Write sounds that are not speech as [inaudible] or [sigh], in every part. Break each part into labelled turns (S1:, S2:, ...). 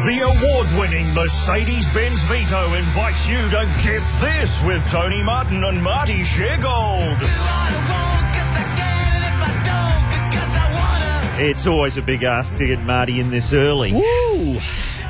S1: The award-winning Mercedes-Benz Vito invites you to get this with Tony Martin and Marty Shergold.
S2: It's always a big ask to get Marty in this early.
S3: Woo!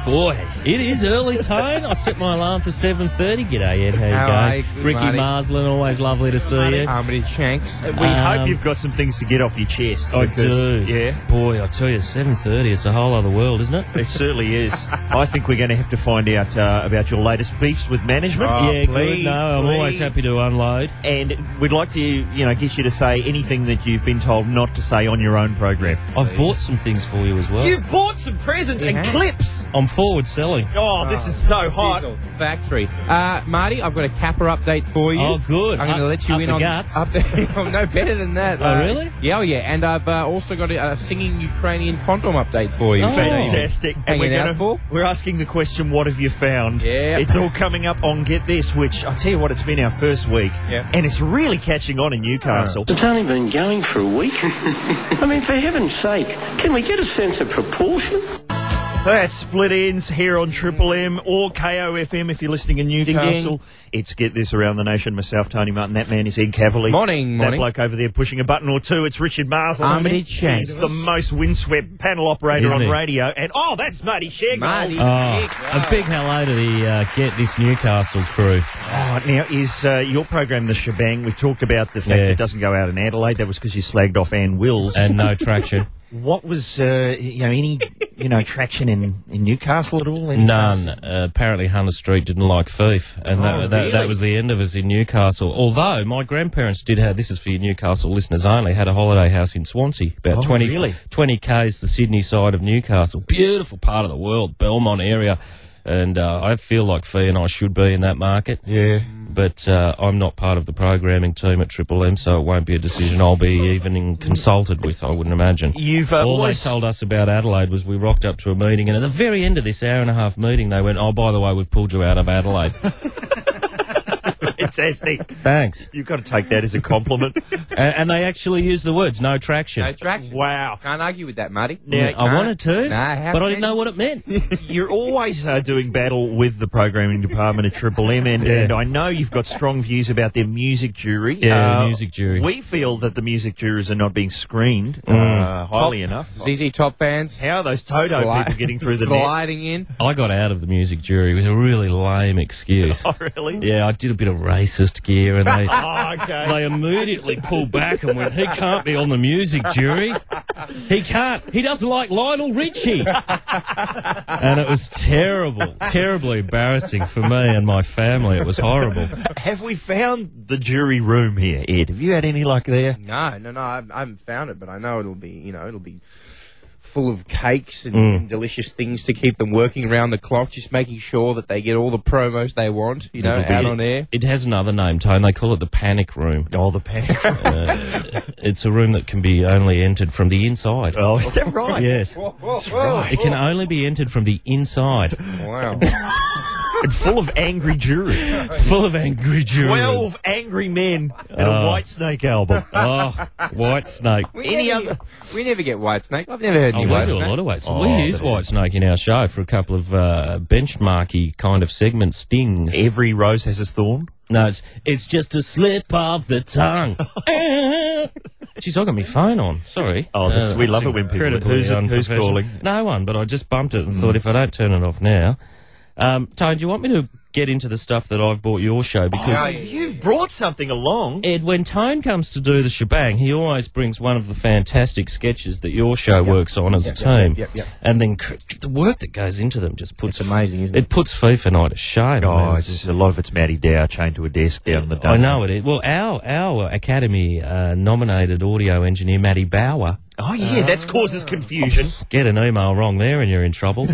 S3: Boy, it is early tone. I set my alarm for 7.30. G'day, Ed. How you
S4: How
S3: going?
S4: are you? Good
S3: Ricky
S4: morning.
S3: Marslin, always lovely to see you.
S4: Harmony Shanks.
S2: We
S3: Um,
S2: hope you've got some things to get off your chest.
S3: I do.
S2: because- Yeah.
S3: Boy, I tell you, 7.30, it's a whole other world, isn't it?
S2: It certainly is.
S3: [laughs]
S2: I think we're going to have to find out uh, about your latest beefs with management.
S4: Oh,
S3: yeah,
S4: please,
S3: good. No, I'm always
S2: please.
S3: happy to unload.
S2: And we'd like to, you know, get you to say anything that you've been told not to say on your own program.
S3: I've bought some things for you as well.
S2: bought some presents
S4: and Yeah.
S2: clips.
S3: I'm forward selling.
S2: Oh, this is so hot.
S4: Sizzle Factory. Uh, Marty, I've got a Kappa update for you.
S3: Oh, good.
S4: I'm going to
S3: Up-
S4: let you
S3: up
S4: in
S3: the
S4: on
S3: guts.
S4: Up the, [laughs] I'm no better than that.
S3: Oh, really?
S4: Yeah, oh, yeah. And I've uh, also got a, uh singing Ukrainian condom update for you.
S3: Oh.
S2: Fantastic. And
S4: Hanging
S2: we're
S4: out
S2: gonna-
S4: for?
S2: we're asking the question, what have you found?
S4: Yeah.
S2: It's all coming up on Get This, which I tell you what, it's been our first week.
S4: Yeah.
S2: And it's really catching on in Newcastle.
S5: It's only been going for a week.
S6: [laughs]
S5: I mean, for heaven's sake, can we get a sense of proportion?
S2: That's Split Ends here on Triple M or KOFM if you're listening in Newcastle. It's Get This Around the Nation. Myself, Tony Martin. That man is Ed Cavalier.
S4: Morning,
S2: That
S4: morning.
S2: bloke over there pushing a button or two. It's Richard Marsden.
S4: Armitage Shanks.
S2: He's the most windswept panel operator
S3: Isn't
S2: on
S3: he?
S2: radio. And, oh, that's Marty Shergold.
S4: Marty.
S3: Oh, a big hello to the uh, Get This Newcastle crew.
S2: Oh, now, is uh, your program the shebang? We talked about the fact
S3: Yeah.
S2: that it doesn't go out in Adelaide. That was because you slagged off Ann Wills.
S4: [laughs]
S3: And no traction.
S2: what was, uh, you know, any, you know, traction in, in Newcastle at all? In
S3: None. Uh, apparently, Hunter Street didn't like Fife, and that,
S2: Oh,
S3: that,
S2: really?
S3: that was the end of us in Newcastle. Although my grandparents did have this is for your Newcastle listeners only had a holiday house in Swansea, about
S2: Oh,
S3: 20,
S2: really?
S3: 20 k's the Sydney side of Newcastle. Beautiful part of the world, Belmont area, and uh, I feel like Fee and I should be in that market.
S2: Yeah.
S3: But uh, I'm not part of the programming team at Triple M, so it won't be a decision I'll be even consulted with. I wouldn't imagine.
S2: You've, uh,
S3: all
S2: always-
S3: they
S2: [laughs]
S3: told us about Adelaide was we rocked up to a meeting, and at the very end of this hour and a half meeting, they went, "Oh, by the way, we've pulled you out of Adelaide.
S2: It's Esty.
S3: Thanks."
S2: You've got to take that as
S3: [laughs]
S2: a compliment.
S3: And, and they actually used the words "no traction."
S4: No traction.
S2: wow.
S4: Can't argue with that, Marty.
S2: Now,
S3: I wanted to,
S4: Nah, how
S3: but I
S4: can
S3: didn't know what it meant.
S2: you're always uh, doing battle with the programming department at Triple M, and,
S3: Yeah.
S2: and I know you've got strong views about their music jury. Uh,
S3: Yeah, the music jury.
S2: We feel that the music jurors are not being screened uh,
S3: Mm.
S2: highly enough.
S4: ZZ Top fans.
S2: How are those Toto
S4: Sli-
S2: people getting through the net?
S4: Sliding in.
S3: I got out of the music jury with a really lame
S2: [laughs]
S3: excuse.
S2: Oh, really?
S3: yeah, I did a bit of racist gear, and they.
S2: Oh, okay.
S3: They immediately pulled back and went, he can't be on the music jury. He can't. He doesn't like Lionel Richie. And it was terrible, terribly embarrassing for me and my family. It was horrible.
S2: Have we found the jury room here, Ed? Have you had any luck there?
S4: No, no, no. I, I haven't found it, but I know it'll be, you know, it'll be full of cakes and,
S3: Mm.
S4: and delicious things to keep them working around the clock, just making sure that they get all the promos they want, you know,
S3: It'll be-
S4: out on air.
S3: It has another name, Tone. They call it the panic room. Uh,
S2: Oh, the panic. room.
S3: It's a room that can be only entered from the inside.
S2: [laughs] oh, is that right?
S3: Yes.
S4: That's right.
S3: It can only be entered from the inside. [laughs]
S4: Wow.
S2: And full of angry jurors.
S3: Full of angry jurors.
S2: Twelve angry men and a
S3: Oh.
S2: White Snake album.
S3: Oh, white snake.
S4: We
S2: Any
S4: never
S2: other-
S4: get- We never get White Snake. I've never heard
S3: Oh,
S4: any
S3: we
S4: White
S3: do a lot
S4: Snake.
S3: of White Snake.
S2: Oh,
S3: we use
S2: but-
S3: White Snake in our show for a couple of uh, benchmarky kind of segment stings.
S2: Every rose has its thorn.
S3: no, it's, it's just a slip of the
S2: [laughs]
S3: tongue. Jeez, I got my phone on. Sorry.
S2: Oh, that's- we love it when people-
S3: incredibly
S2: who's- who's
S3: unprofessional.
S2: calling?
S3: No one, but I just bumped it and thought if I don't turn it off now. Um, Tone, do you want me to get into the stuff that I've bought your show?
S2: Oh,
S3: Because
S2: You've brought something along.
S3: Ed, when Tone comes to do the shebang, he always brings one of the fantastic sketches that your show works on as a team,
S4: yep, yep.
S3: and then cr- the work that goes into them just puts
S4: It's amazing, isn't it?
S3: It puts FIFA and I to shame. I mean,
S2: Oh,
S3: it's-
S2: it's, a lot of it's Matty Dow chained to a desk down the
S3: I know it. is. Well, our our academy uh, nominated audio engineer Matty Bauer.
S2: Oh, yeah, that causes confusion.
S3: Get an email wrong there, and you're in trouble.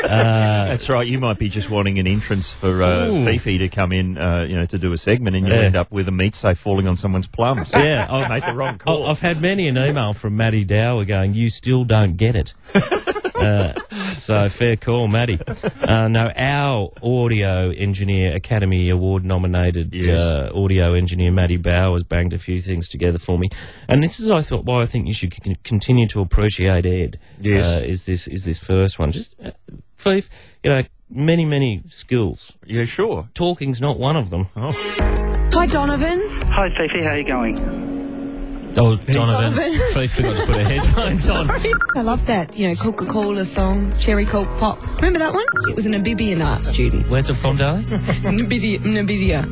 S2: That's right. You might be just wanting an entrance for uh,
S3: Ooh.
S2: Fifi to come in, uh, you know, to do a segment, and you
S3: Yeah.
S2: end up with a meat safe falling on someone's plums.
S3: [laughs] yeah,
S2: [laughs]
S3: Oh. I've,
S2: Made the wrong
S3: I-
S2: call.
S3: I've had many an email from Matty Dower going, "You still don't get
S2: [laughs]
S3: it." uh, so fair call, Matty. Uh, no, our audio engineer Academy Award nominated
S2: Yes.
S3: uh, audio engineer Matty Bauer has banged a few things together for me, and this is I thought why I think you should con- continue to appreciate Ed.
S2: Yes.
S3: uh, is this is this first one just. uh, thief. You know, many, many skills.
S2: Yeah, sure.
S3: Talking's not one of them.
S7: Hi, Donovan.
S5: Hi, Fifi, how you going?
S3: Oh, Donovan. thief forgot to put her headphones on.
S7: I love that, you know, Coca Cola song, Cherry Coke Pop. Remember that one? It was a Namibian art student.
S3: Where's it from, darling?
S7: Namibia, Namibia,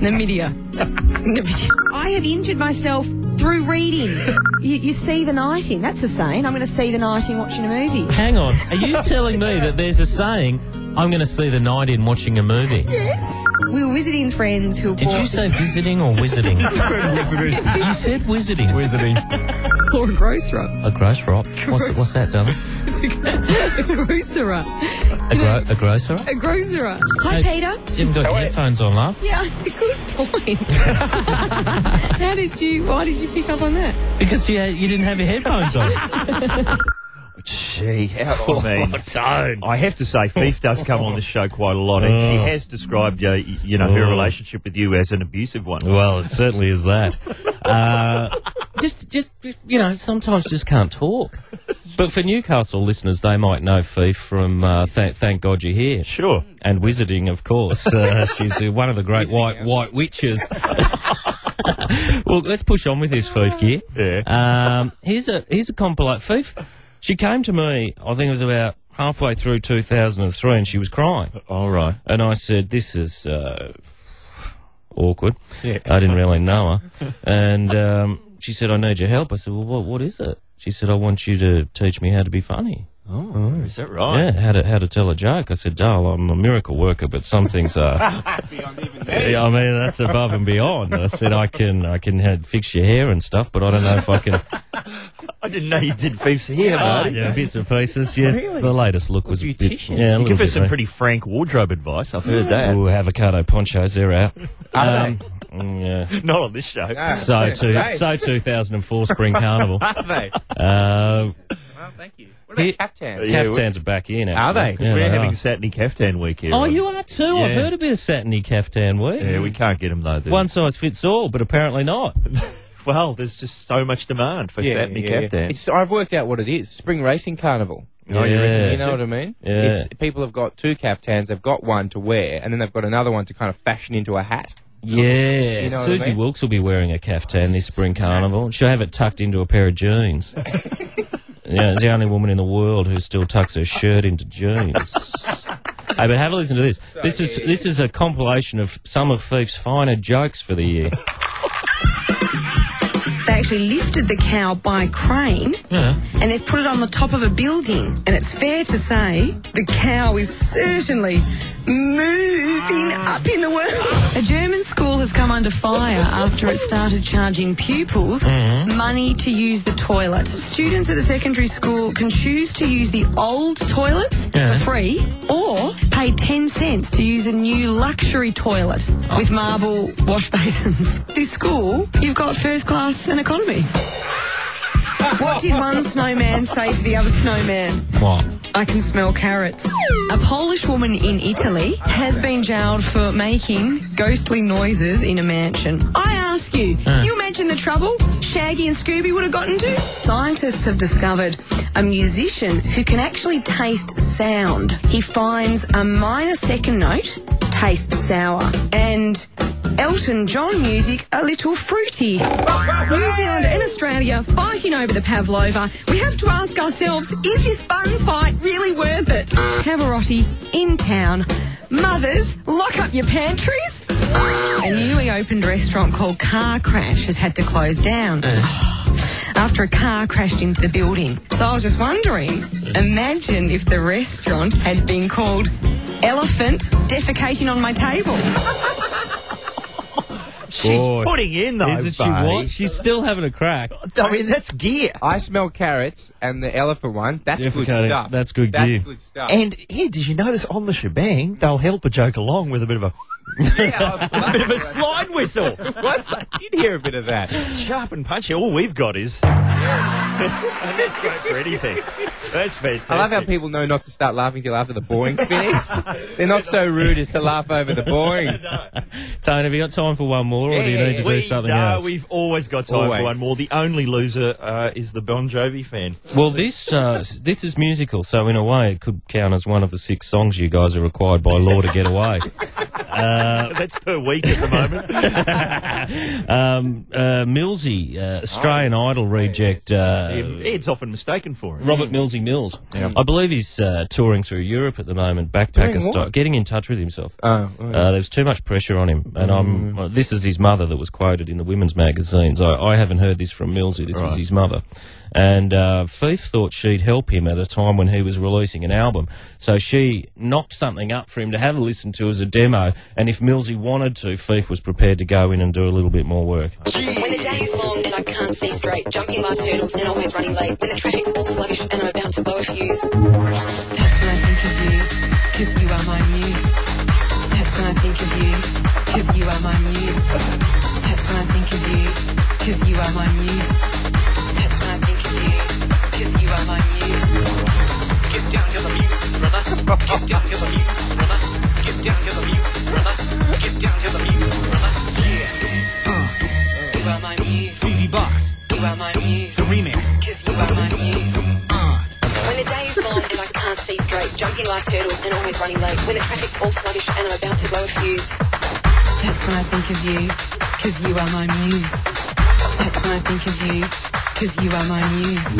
S7: Namibia, Namibia. I have injured myself through reading. You, you see the night in. That's a saying. I'm going to see the night in watching a movie.
S3: Hang on. Are you telling me that there's a saying, I'm going to see the night in watching a movie?
S7: We were visiting friends who
S3: Did
S7: bought
S3: you say visiting or wizarding?
S2: Wizarding.
S3: you said wizarding.
S2: Wizarding.
S7: or a grocer.
S3: a gross rock. What's, what's that, darling?
S7: It's a, a [laughs] grocer.
S3: A, gro- a grocer?
S7: A grocer. Hi,
S3: Hey.
S7: Peter.
S3: You haven't got your headphones on, love.
S7: Yeah, [laughs] good point. [laughs] How did you? Why did you pick up on that?
S3: Because you, you didn't have your headphones on.
S2: Gee, how
S3: Oh,
S2: I mean.
S3: [laughs] don't.
S2: I have to say, Fief does come on this show quite a lot, and
S3: Oh.
S2: she has described, uh, y- you know, her
S3: Oh.
S2: relationship with you as an abusive one.
S3: Well, it certainly is that. Uh, just, just you know, sometimes just can't talk. But for Newcastle listeners, they might know Fief from uh, Th- Thank God You're Here.
S2: Sure.
S3: and wizarding, of course. Uh, she's uh, one of the great white white witches. [laughs] well, let's push on with this Fief gear.
S2: Yeah.
S3: Um, here's a here's a compilate Fief. She came to me. I think it was about halfway through 2003, and she was crying.
S2: All right.
S3: And I said, "This is uh, awkward." I didn't really
S2: [laughs]
S3: know her, and um, she said, "I need your help." I said, "Well, what, what is it?" She said, "I want you to teach me how to be funny." Mm.
S2: Oh, is that right?
S3: Yeah, how to how to tell a joke. I said, "Darl, I'm a miracle worker, but some things
S2: [laughs]
S3: are." yeah, I mean that's above and beyond. I said, "I can I can uh, fix your hair and stuff, but I don't know if I
S2: [laughs]
S3: can." uh,
S2: I didn't know you did Fief's hair, mate.
S3: Ah, yeah, bits and pieces. Yeah, the latest look was a bit,
S4: Beautician.
S3: yeah, a
S2: You
S3: little
S2: give
S3: bit
S2: us some
S3: ra-
S2: pretty frank wardrobe advice. I've heard that.
S3: Ooh, avocado ponchos, they're out. Um, mm, yeah.
S2: [laughs] Not on this show.
S3: So two,
S4: Hey.
S3: so 2004 Spring
S2: [laughs]
S3: Carnival.
S4: Ah, [laughs] Are they?
S3: Uh,
S4: Well, thank you. What
S3: Here-
S4: about captans?
S2: Yeah,
S3: caftans are back in.
S4: Are
S3: actually.
S4: they?
S3: Yeah,
S2: We're
S3: they
S2: having
S3: are.
S2: Satiny Caftan Week here.
S3: Oh, you are too. I've
S2: Yeah.
S3: heard a bit of satiny caftan week.
S2: Yeah, we can't get them though. then.
S3: One size fits all, but apparently not.
S2: Well, there's just so much demand for Satiny Caftan.
S4: It's, I've worked out what it is. Spring racing carnival.
S2: Oh, you reckon
S3: Yeah.
S4: You know what I mean?
S3: Yeah.
S4: It's, people have got two caftans. They've got one to wear, and then they've got another one to kind of fashion into a hat.
S3: Yeah,
S4: know what I
S3: Susie
S4: mean?
S3: Wilkes will be wearing a caftan this spring carnival. She'll have it tucked into a pair
S4: [laughs]
S3: of jeans. yeah, it's the only woman in the world who still tucks her shirt into jeans. Hey, but have a listen to this. This is this is a compilation of some of Fief's finer jokes for
S4: [laughs]
S3: the year.
S7: They actually lifted the cow by crane and they've put it on the top of a building. And it's fair to say the cow is certainly moving up in the world. A German school has come under fire after it started charging pupils money to use the toilet. Students at the secondary school can choose to use the old toilets for free or pay 10 cents to use a new luxury toilet with marble wash [laughs] basins. This school, you've got first class and economy. What did one snowman say to the other snowman?
S3: What?
S7: I can smell carrots. A Polish woman in Italy has been jailed for making ghostly noises in a mansion. I ask you, can you imagine the trouble Shaggy and Scooby would have gotten to? Scientists have discovered a musician who can actually taste sound. He finds a minor second note tastes sour and Elton John music a little fruity. New Zealand and Australia fighting over the pavlova. We have to ask ourselves, is this bun fight really worth it? Pavarotti in town. Mothers, lock up your pantries. A newly opened restaurant called Car Crash has had to close down [sighs] after a car crashed into the building. So I was just wondering, imagine if the restaurant had been called Elephant Defecating on My Table.
S2: She's
S3: Boy.
S2: putting in though.
S3: Isn't she
S2: babe.
S3: what? She's still having a crack.
S2: I mean, that's gear.
S4: I smell carrots and the elephant one. That's good
S3: Defecating.
S4: stuff.
S3: That's good
S4: That's
S3: gear.
S4: good stuff.
S2: And here, did you notice on the shebang, they'll help a joke along with a bit of a, [laughs]
S4: yeah, I
S3: [laughs]
S2: a bit of a
S4: was like,
S2: slide whistle.
S4: What's that? I did hear a bit of that.
S2: Sharp and punchy. All we've got is. [laughs] and that's great for anything. That's fantastic.
S4: I love how people know not to start
S3: [laughs]
S4: laughing till after the boring's finished. They're not so rude as to laugh over the boring.
S3: It's Tone, have you got time for one more, or do you need to do something
S2: no,
S3: else?
S2: we've always got time
S4: Always.
S2: for one more. The only loser uh, is the Bon Jovi [laughs] fan.
S3: Well, this uh, s- this is musical, so in a way, it could count as one of the six songs you guys are required by law to get away.
S2: That's per week at the [laughs] moment.
S3: um, uh, Millsy, uh, Australian
S4: Oh.
S3: Idol reject. Uh,
S2: Ed's often mistaken for it.
S3: Robert Millsy Mills. I believe he's uh, touring through Europe at the moment, backpacker
S4: Doing what?
S3: style, getting in touch with himself.
S4: Oh, Mm. oh,
S3: Uh, there's too much pressure on him, and I'm. well, this is his mother that was quoted in the women's magazines. I, I haven't heard this from Millsy. This was his mother, and uh, Fief thought she'd help him at a time when he was releasing an album. So she knocked something up for him to have a listen to as a demo, and if Millsy wanted to, Fief was prepared to go in and do a little bit more work.
S8: When the day is long and I can't see straight, jumping my turtles and always running late. When the traffic's all sluggish and I'm about to blow a fuse. That's when I think of you, cause you are my muse. That's when I think of you, cause you are my muse. That's when I think of you, cause you are my muse. That's when I think of you, cause you are my muse. Get down cause I'm you, brother. Get down cause I'm you, brother. Get down cause I'm you, brother. Get down cause I'm you, brother. You are my muse.
S9: Easy Box,
S8: You are my muse.
S9: the remix.
S8: Cause you are my muse. When the day is long and I can't see straight, jumping like turtles and always running late. When the traffic's all sluggish and I'm about to blow a fuse. That's when I think of you, cause you are my muse. That's when I think of you, cause you are my muse.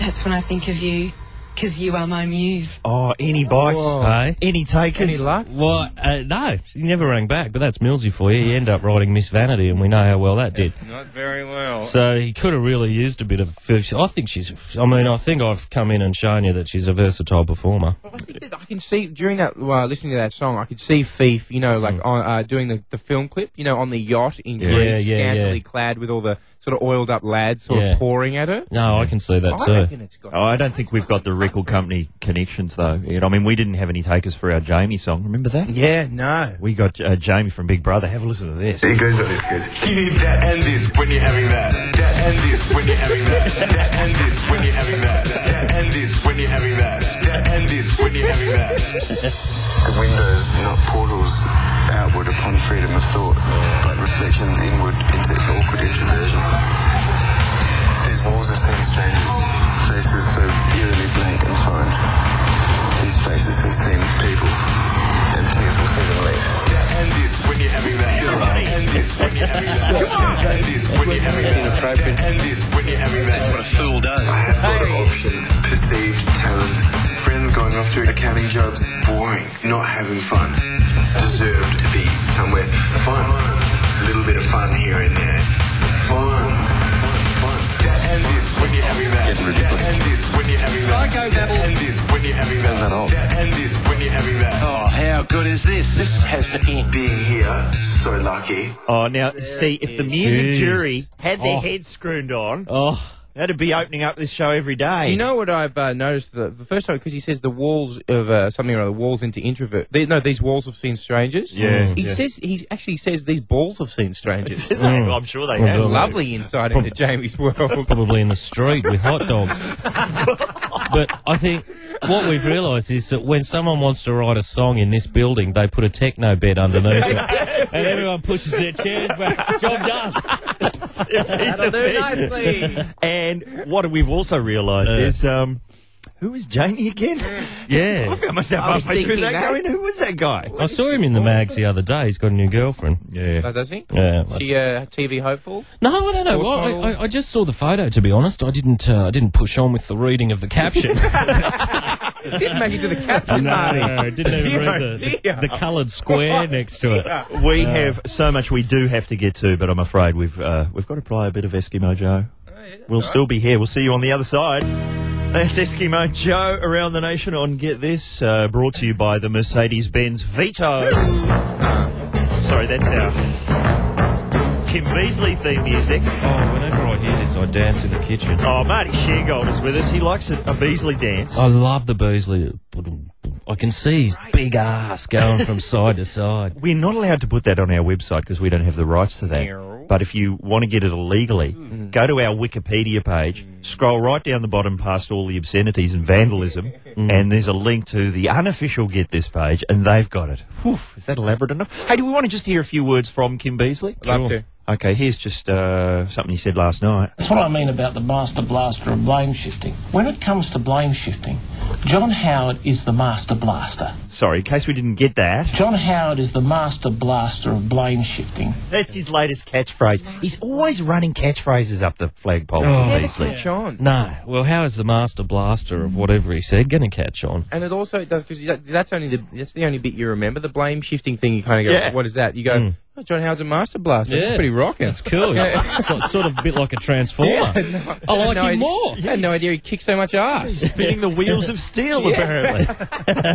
S8: That's when I think of you, cause you are my muse.
S2: Oh, any bites?
S3: Hey?
S2: Any takers?
S4: Any luck?
S3: Well, uh, no, she never rang back, but that's Millsy for you. He ended up writing Miss Vanity, and we know how well that did.
S4: Not very well.
S3: So he could have really used a bit of. I think she's. I mean, I think I've come in and shown you that she's a versatile performer.
S4: I think that I can see during that uh, listening to that song, I could see Fief, you know, like on, uh, doing the, the film clip, you know, on the yacht in Greece,
S3: Mm. Yeah, yeah,
S4: scantily
S3: yeah.
S4: clad with all the sort of oiled up lads sort
S3: Yeah.
S4: of pouring at her.
S3: No, I can see that
S4: I
S3: too.
S4: reckon it's got.
S2: Oh, I don't think we've got the record company connections though. Ed. I mean, we didn't have any takers for our Jamie song. Remember that?
S4: Yeah, no.
S2: We got uh, Jamie from Big Brother. Have a listen to this.
S10: It goes like this, guys. You need that and this when you're having that. That and this when you're having that. That and this when you're having that. That and this when you're having that. That and this when you're having that. The windows, not portals, outward upon freedom of thought, but reflections inward into awkward introversion. These walls of seeing strangers, faces so eerily blank and foreign. These faces who seem people, empty as we'll see them later. And this when you're having that. And this when you're having that. And this when you're having that. And this when you're having that. That's what a fool does. I have a lot of options, perceived talents, friends going off to accounting jobs, boring, not having fun. Deserved to be somewhere fun. A little bit of fun here and there. Fun. That and this when you're having that. That and this when you're having that. That and this when you're having that. That and this when you're having that.
S5: Oh, how good is this? This has the end.
S10: Being here, so lucky.
S2: Oh, now see if the music
S3: Jeez.
S2: jury had their
S3: Oh.
S2: heads screwed on,
S3: Oh,
S2: that'd be opening up this show every day.
S4: You know what I've uh, noticed the, the first time because he says the walls of uh, something or other walls into introvert. They, no, these walls have seen strangers. Mm.
S2: Yeah,
S4: he
S2: yeah.
S4: says he actually says these balls have seen strangers. [laughs]
S3: mm.
S2: Well, I'm sure they have.
S4: Lovely insight into Jamie's
S3: [laughs]
S4: world.
S3: probably in the street with hot dogs. but I think what we've realised is that when someone wants to write a song in this building, they put a techno bed underneath
S2: [laughs]
S3: it, and everyone pushes their chairs back. Job done.
S2: It's a
S4: Do
S2: bit-
S4: nicely.
S2: And what we've also realised is, um, who is
S4: [laughs]
S2: Jamie again?
S3: Yeah.
S2: I found myself
S4: I was
S2: halfway through
S4: thinking
S2: that,
S4: that.
S2: going, who was that guy?
S3: I saw him in the mags the other day. He's got a new girlfriend.
S4: Oh,
S2: Yeah.
S4: does he?
S3: Yeah.
S4: Is She uh, TV [laughs] hopeful.
S3: No, I don't know.
S4: Sports
S3: Well,
S4: model.
S3: I, I, I just saw the photo. To be honest, I didn't. Uh, I didn't push on with the reading of
S4: [laughs]
S3: the caption.
S4: Didn't make it to the caption party.
S3: I didn't even
S4: Zero
S3: read the,
S4: idea.
S3: the coloured square next to it. Oh,
S2: We have so much we do have to get to, but I'm afraid we've uh, we've got to play a bit of Eskimo Joe. We'll still be here. We'll see you on the other side. That's Eskimo Joe around the nation on Get This, uh, brought to you by the Mercedes Benz Vito. Sorry, that's our Kim Beasley theme music.
S3: Oh, whenever I hear this, I dance in the kitchen.
S2: Oh, Marty Sheargold is with us. He likes a, a Beasley dance.
S3: I love the Beasley. I can see his big ass going from side to side.
S2: We're not allowed to put that on our website because we don't have the rights to that. But if you want to get it illegally, go to our Wikipedia page,
S4: Hmm.
S2: scroll right down the bottom past all the obscenities and
S4: [laughs]
S2: vandalism, and there's a link to the unofficial Get This page, and they've got it. Whew, is that elaborate enough? Hey, do we want to just hear a few words from Kim Beasley?
S4: Love to.
S2: Okay, here's just uh, something he said last night.
S9: That's what I mean about the master blaster of blame shifting. When it comes to blame shifting, John Howard is the master blaster.
S2: Sorry, in case we didn't get that. [laughs]
S9: John Howard is the master blaster of blame shifting.
S2: That's his latest catchphrase. He's always running catchphrases up the flagpole, Kim Beasley.
S4: Catch on.
S3: No. Well, how is the master blaster of whatever he said going to catch on?
S4: And it also does because that's only the that's the only bit you remember. The blame shifting thing. You kind of go,
S2: Yeah.
S4: what is that? You go, oh, John Howard's a master blaster. That's
S3: Mm. Yeah.
S4: pretty rocking.
S3: That's
S4: [laughs]
S3: cool.
S4: Yeah.
S3: so, it's sort of a bit like a transformer. I like
S4: no
S3: him
S4: idea- [laughs]
S3: more.
S4: I had no idea he kicked so much ass.
S2: Spinning the wheels
S3: [laughs]
S2: of steel, apparently.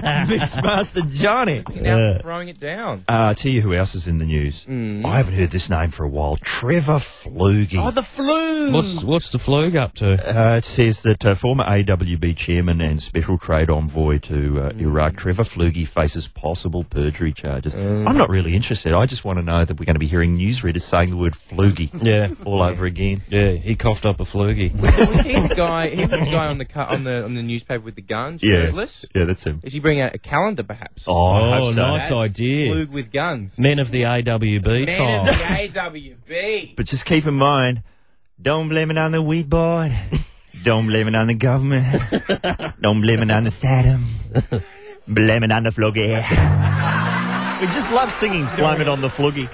S2: Mixmaster Johnny.
S4: now
S3: Yeah.
S4: throwing it down.
S2: Uh, tell you who else is in the news.
S3: Mm.
S2: I haven't heard this name for a while. Trevor Flugie.
S3: Oh, What's what's the flug up to?
S2: Uh, it says that uh, former AWB chairman and special trade envoy to
S3: Mm.
S2: uh, Iraq, Trevor Flugie, faces possible perjury charges.
S3: Mm.
S2: I'm not really interested. I just want to know that we're going to be hearing newsreaders saying the
S3: [laughs]
S2: word Flugie
S3: Yeah.
S2: all over again.
S3: Yeah, he coughed up a flugie.
S4: He's the guy. He was the guy on the cu- on the on the newspaper with the gun, shirtless.
S2: Yeah, that's him.
S4: Is he bringing out a calendar, perhaps?
S2: Oh, [laughs] I
S3: Oh,
S2: hope so.
S3: nice idea.
S4: Flug with guns.
S3: Men of the AWB
S4: Man of
S3: time.
S4: the AWB.
S2: But just keep in mind, don't blame it on the weed board. [laughs] don't blame it on the government. don't blame it on the Saddam. blame it on the fluggy. we just love singing Blame It on the Fluggy.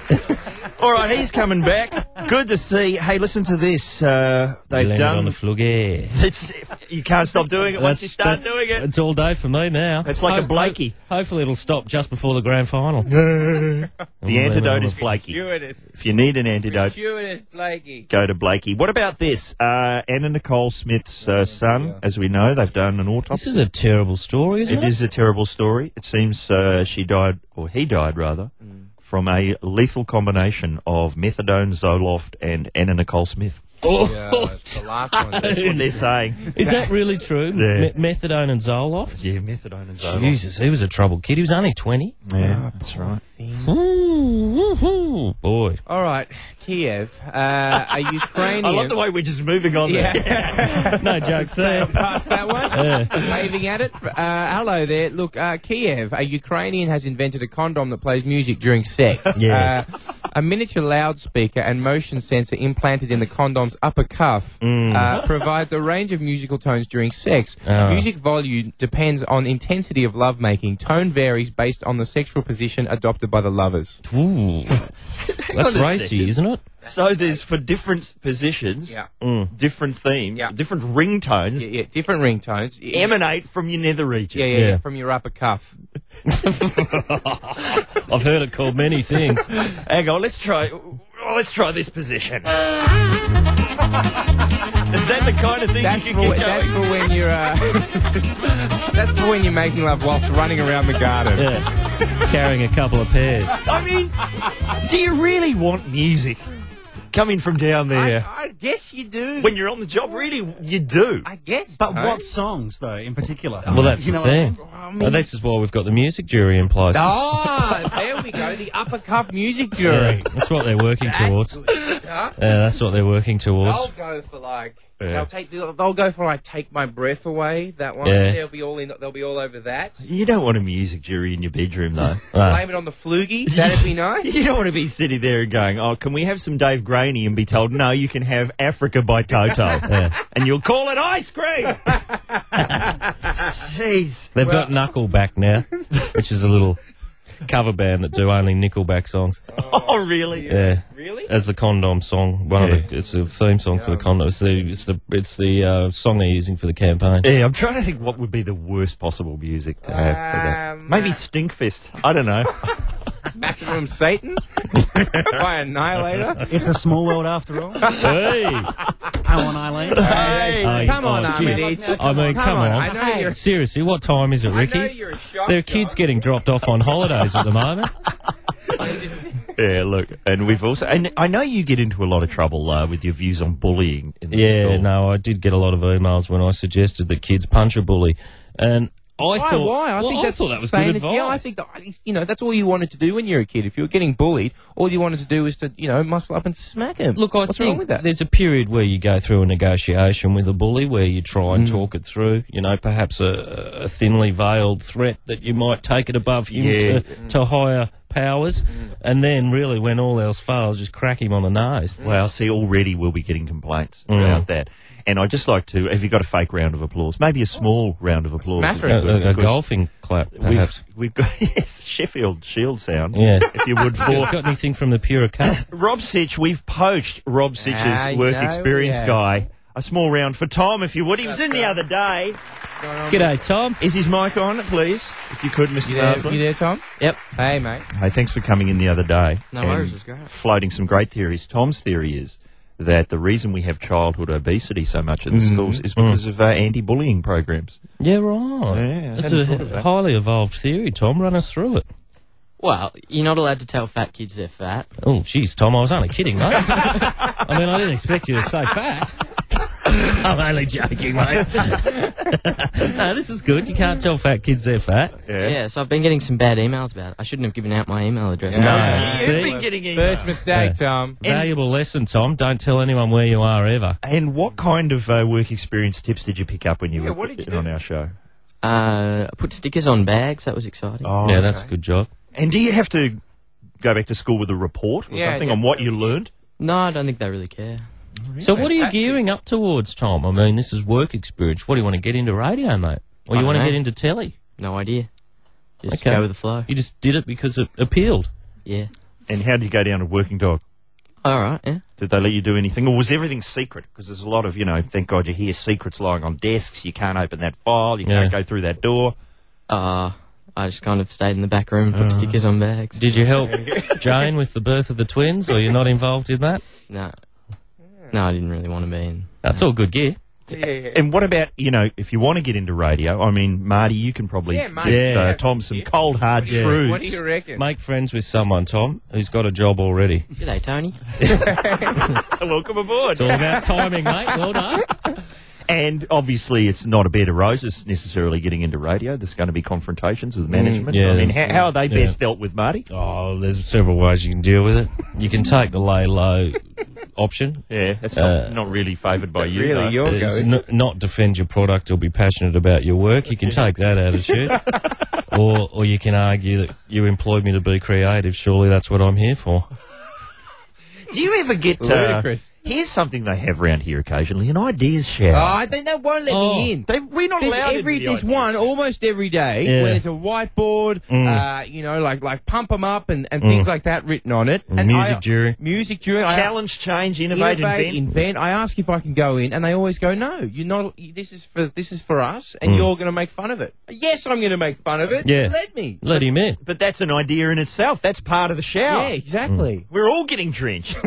S2: [laughs] All right, he's coming back. Good to see. Hey, listen to this. Uh, they've
S3: Blame it
S2: done.
S3: on the fluggie.
S2: it's, you can't stop doing it once you start doing it.
S3: It's all day for me now.
S2: It's like a Blakey.
S3: ho- hopefully, it'll stop just before the grand final.
S2: The antidote is Blakey.
S4: Gratuitous.
S2: If you need an antidote,
S4: Gratuitous, Blakey.
S2: go to Blakey. What about this? Uh, Anna Nicole Smith's uh, son, as we know, they've done an
S3: This
S2: autopsy.
S3: is a terrible story, isn't it?
S2: It is a terrible story. It seems uh, she died, or he died rather,
S4: Mm.
S2: from a lethal combination of methadone, Zoloft, and Anna Nicole Smith.
S3: [laughs] Oh,
S4: Yeah, it's Uh, the last one.
S2: That's what they're saying.
S3: is that really true?
S2: Yeah.
S3: Me- methadone and Zoloft.
S2: Yeah, methadone and Zoloft.
S3: Jesus, he was a troubled kid. He was only twenty.
S2: Yeah, Oh, that's right.
S3: Ooh, woo-hoo, boy.
S4: All right, Kiev, uh, a Ukrainian.
S2: [laughs] I love the way we're just moving on there.
S3: No jokes there.
S4: Past that
S3: [laughs]
S4: one, waving at it. Uh, hello there. Look, uh, Kiev, a Ukrainian has invented a condom that plays music during sex.
S3: [laughs] Yeah.
S4: Uh, a miniature loudspeaker and motion sensor implanted in the condom's upper cuff uh, provides a range of musical tones during sex.
S3: Mm. Oh.
S4: Music volume depends on intensity of lovemaking. Tone varies based on the sexual position adopted by the lovers.
S3: Ooh. That's racy, isn't it?
S2: [laughs] So there's for different positions, Mm.
S4: Yeah.
S2: different themes,
S4: Yeah.
S2: different ringtones
S4: Yeah, yeah different ringtones.
S2: emanate from your nether region.
S4: Yeah, yeah,
S3: Yeah.
S4: yeah, from your upper cuff.
S3: I've heard it called many
S2: [laughs]
S3: things.
S2: Hang on, let's try. Oh, let's try
S4: [laughs]
S2: this position. Is that the kind of thing
S4: That's
S2: you
S4: for,
S2: should get
S4: that's
S2: going?
S4: for when you're. Uh, [laughs] that's for when you're making love whilst running around the garden.
S3: Yeah. Carrying a couple of pairs.
S2: I mean, do you really want music coming from down there?
S4: I guess you do.
S2: when you're on the job, really, you do.
S4: I guess.
S11: But
S4: no.
S11: what songs, though, in particular?
S3: Well, that's
S11: you
S3: the
S11: know what I
S3: thing.
S11: mean?
S3: Well, this is why we've got the music jury in place.
S4: Ah, there we go. The upper cuff music
S3: Yeah,
S4: jury.
S3: that's what they're working towards.
S4: Huh?
S3: Yeah, that's what they're working towards.
S4: They'll go for like. They'll take. They'll they'll go for like. Take my breath away. That one.
S3: Yeah.
S4: They'll be all in. They'll be all over that.
S2: You don't want a music jury in your bedroom, [laughs] though.
S3: Ah.
S4: Blame it on the flugie. That'd be
S3: [laughs]
S4: nice.
S2: you don't want to be sitting there and going, oh, can we have some Dave Graney and be told, no, you can have Africa
S3: [laughs]
S2: by Toto. And you'll call it ice [laughs] cream. Jeez.
S3: They've got Knuckleback
S11: [laughs]
S3: now, which is a little cover band that do only Nickelback songs.
S2: Oh, really?
S3: Yeah.
S4: Really?
S3: As the condom song, one of the, it's a theme song for the condom. It's the it's the it's the uh, song they're using for the campaign.
S2: Yeah, I'm trying to think what would be the worst possible music to have for that.
S4: Um,
S2: Maybe Stinkfist. I don't know.
S4: Macaroon
S3: [laughs]
S4: Satan. By Annihilator.
S11: It's a small world after all. Come
S3: Hey,
S11: on, Eileen.
S3: Hey,
S4: come on,
S3: oh, geez.
S4: Armitage.
S3: I mean, come on.
S4: I know you're.
S3: seriously, what time is it,
S4: I
S3: Ricky?
S4: know you're a shock
S3: there are kids
S4: jock.
S3: getting dropped off on holidays at the moment.
S4: I'm just-
S2: [laughs] Yeah, look, and we've also, and I know you get into a lot of trouble uh, with your views on bullying. In the
S3: Yeah,
S2: school.
S3: no, I did get a lot of emails when I suggested that kids punch a bully, and I thought.
S4: why? I
S3: well,
S4: think
S3: I
S4: that's
S3: thought that was
S4: sane
S3: good
S4: and-
S3: advice.
S4: Yeah, I think that, I think, you know that's all you wanted to do when you were a kid. If you were getting bullied, all you wanted to do was to you know muscle up and smack him.
S3: Look, I
S4: what's
S3: think
S4: wrong with that?
S3: there's a period where you go through a negotiation with a bully where you try
S4: Mm.
S3: and talk it through. You know, perhaps a, a thinly veiled threat that you might take it above him to,
S4: Mm.
S3: to higher powers. And then, really, when all else fails, just crack him on the nose.
S2: Well, see, already we'll be getting complaints
S3: Mm.
S2: about that. And I'd just like to, have you got a fake round of applause? Maybe a small round of applause.
S4: smatter
S2: would be
S3: A-
S2: good,
S3: a, a
S2: because
S3: golfing clap, perhaps.
S4: [laughs]
S2: We've, we've got, [laughs] yes, Sheffield Shield sound.
S3: yeah.
S2: If you would,
S3: Have you [laughs]
S2: for
S3: got anything from the Pura Cup?
S2: Rob Sitch, we've poached Rob Sitch's
S4: Ah,
S2: work
S4: no,
S2: experience
S4: yeah.
S2: guy. A small round for Tom, if you would. He was in the other day.
S3: G'day, Tom.
S2: Is his mic on, please? If you could, Mr.
S4: You there,
S2: Darsley.
S4: you there, Tom? Yep. Hey, mate.
S2: Hey, thanks for coming in the other day.
S12: No
S2: and
S12: worries, it's great.
S2: Floating some great theories. Tom's theory is that the reason we have childhood obesity so much in the
S4: Mm-hmm.
S2: schools is because of uh, anti-bullying programs.
S3: Yeah, right.
S2: Yeah, I
S3: That's
S2: hadn't thought of
S3: a
S2: that.
S3: highly evolved theory, Tom. Run us through it.
S12: Well, you're not allowed to tell fat kids they're fat.
S3: Oh, jeez, Tom, I was only kidding, mate. I mean, I didn't expect you to say fat. [laughs] I'm only joking, mate. [laughs] no, this is good. You can't tell fat kids they're fat.
S12: Yeah. so I've been getting some bad emails about it. I shouldn't have given out my email address.
S3: No.
S2: You've
S3: See?
S2: been getting emails.
S4: First mistake, Tom.
S3: Valuable lesson, Tom. Don't tell anyone where you are ever.
S2: And what kind of uh, work experience tips did you pick up when you
S4: Yeah,
S2: were
S4: what did you
S2: on our show?
S12: Uh, I put stickers on bags. That was exciting.
S2: Oh,
S3: yeah, that's a good job.
S2: And do you have to go back to school with a report or
S4: Yeah,
S2: something
S4: yeah.
S2: on what you learned?
S12: No, I don't think they really care.
S3: So, what are you
S4: Fantastic.
S3: gearing up towards, Tom? I mean, this is work experience. What do you want to get into radio, mate? Or
S12: I
S3: you want to
S12: don't
S3: get
S12: know.
S3: into telly?
S12: No idea. Just
S3: Okay.
S12: go with the flow.
S3: You just did it because it appealed.
S12: Yeah.
S2: And how did you go down to working dog?
S12: All right. Yeah.
S2: Did they let you do anything, or was everything secret? Because there's a lot of, you know, thank God you hear secrets lying on desks. You can't open that file. You can't
S3: Yeah.
S2: go through that door.
S12: Uh, I just kind of stayed in the back room and put stickers on bags.
S3: Did you help Jane with the birth of the twins, or you're not involved in that?
S12: No. No, I didn't really want to be in.
S3: That's all good gear.
S2: And what about, you know, if you want to get into radio? I mean, Marty, you can probably
S4: Yeah, Marty,
S2: give
S3: yeah.
S2: uh, Tom some cold hard truths.
S4: What do you reckon?
S3: Make friends with someone, Tom, who's got a job already.
S12: G'day, Tony.
S2: Welcome aboard.
S3: It's all about timing, mate. Well done.
S2: And obviously, it's not a bed of roses necessarily getting into radio. There's going to be confrontations with management.
S3: Mm, yeah,
S2: I mean, how, how are they
S3: yeah.
S2: best dealt with, Marty?
S3: Oh, there's several ways you can deal with it. You can take the lay low option.
S2: Yeah, that's
S3: Uh,
S2: not, not really favoured by you.
S4: really
S2: though. Uh,
S4: your go.
S3: Is
S4: isn't
S3: n- not defend your product or be passionate about your work. You can take that attitude.
S4: [laughs]
S3: or, or you can argue that you employed me to be creative. Surely that's what I'm here for.
S2: Do you ever get
S4: it?
S2: uh,
S4: Ludicrous.
S2: Here's something they have round here occasionally: an ideas shower.
S4: Oh, they, they won't let
S3: Oh.
S4: me in.
S2: They- we're not
S4: There's
S2: allowed
S4: every
S2: into the
S4: there's
S2: ideas.
S4: one almost every day
S3: Yeah.
S4: where there's a whiteboard, uh, you know, like like pump 'em up and, and things like that written on it. And
S3: music
S4: I,
S3: jury.
S4: Mm. music jury. I-
S2: Challenge, change, innovate,
S4: Oh, innovate,
S2: invent.
S4: invent. I ask if I can go in, and they always go, "No, you're not. This is for this is for us, and you're going to make fun of it." Yes, I'm going to make fun of it.
S3: Mm. Yeah.
S4: let me.
S3: Let
S4: [laughs]
S3: him in.
S2: but that's an idea in itself. That's part of the
S4: Yeah,
S2: shower.
S3: Mm.
S4: exactly.
S2: We're all getting drenched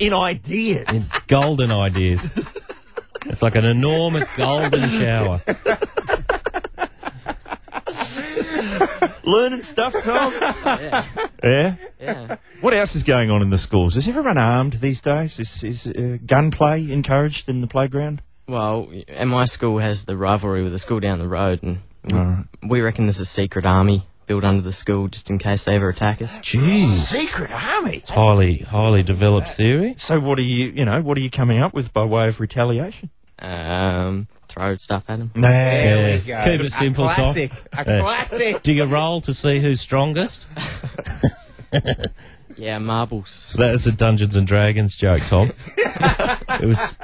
S2: in ideas.
S3: Golden ideas. It's like an enormous golden shower.
S2: Learning stuff, Tom. yeah.
S12: Yeah.
S2: What else is going on in the schools? Is everyone armed these days? Is, is uh, gunplay encouraged in the playground?
S12: Well, and my school has the rivalry with the school down the road, and we, we reckon there's a secret army built under the school just in case they ever attack us.
S3: Jeez.
S2: Secret army.
S3: Highly, highly developed theory.
S2: So what are you, you know, what are you coming up with by way of retaliation?
S12: Um, throw stuff at them.
S2: Nah.
S3: Yes. Keep it simple,
S4: a
S3: Tom.
S4: classic, a classic.
S3: Do you roll to see who's strongest?
S12: [laughs] Yeah, marbles.
S3: That is a Dungeons and Dragons
S12: [laughs]
S3: joke, Tom. it was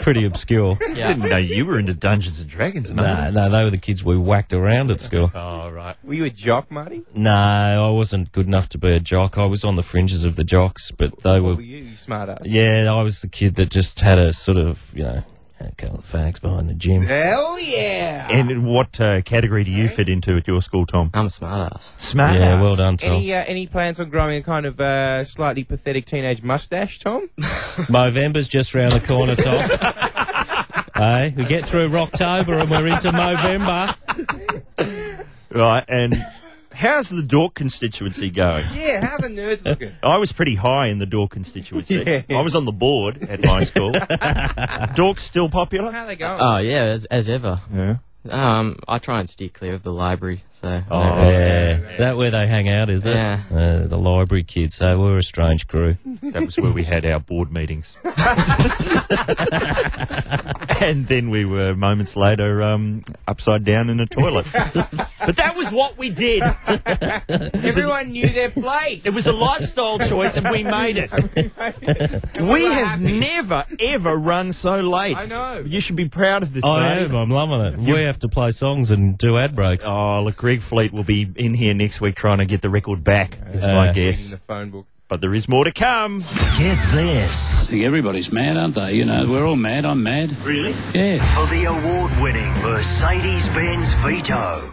S3: pretty obscure.
S2: I didn't
S12: Yeah.
S2: know you were into Dungeons and Dragons, mate.
S3: No, no, they were the kids we whacked around at school.
S2: Oh, right.
S4: Were you a jock, Marty?
S3: No, I wasn't good enough to be a jock. I was on the fringes of the jocks, but they were.
S4: Were you, you smart ass?
S3: Yeah, I was the kid that just had a sort of, you know, had a couple of fags behind the gym.
S4: Hell yeah!
S2: And in what uh, category do you fit into at your school, Tom?
S12: I'm a smart ass.
S2: Smart.
S3: Uh, Yeah, well done, Tom.
S4: Any uh, any plans on growing a kind of uh, slightly pathetic teenage mustache, Tom?
S3: Movember's just round the corner, Tom. [laughs] hey, we get through Rocktober and we're into Movember.
S2: Right, and how's the Dork constituency going?
S4: [laughs] yeah, how the nerds looking?
S2: I was pretty high in the Dork
S3: [laughs]
S2: constituency.
S4: Yeah.
S2: I was on the board at my school. Dork's still popular?
S3: Uh,
S4: How they going?
S12: Oh yeah, as, as ever.
S2: Yeah.
S12: Um, I try and steer clear of the library, so. I don't
S3: Oh,
S12: really see
S3: yeah.
S12: it.
S3: That where they hang out, is it?
S12: Yeah.
S3: Uh, the library kids. So we're a strange crew.
S2: That was where we had our
S3: [laughs]
S2: board meetings. and then we were moments later um, upside down in
S3: [laughs]
S2: a toilet. but that was what we did.
S4: Everyone knew their place.
S2: It was a [laughs] lifestyle choice, and [laughs] we made it. we have never ever run so late. I know. You should be proud of this.
S3: I
S2: mate.
S3: am. I'm loving it. We have to play songs and do ad breaks.
S2: Oh, look, Greg Fleet will be in here next week trying to get the record back. Is
S3: Uh,
S2: my
S4: In
S2: guess.
S4: the phone book.
S2: But there is more to come.
S6: Get this. I think everybody's mad, aren't they? You know, we're all mad. I'm mad. Really? Yeah. For the award-winning Mercedes-Benz Vito.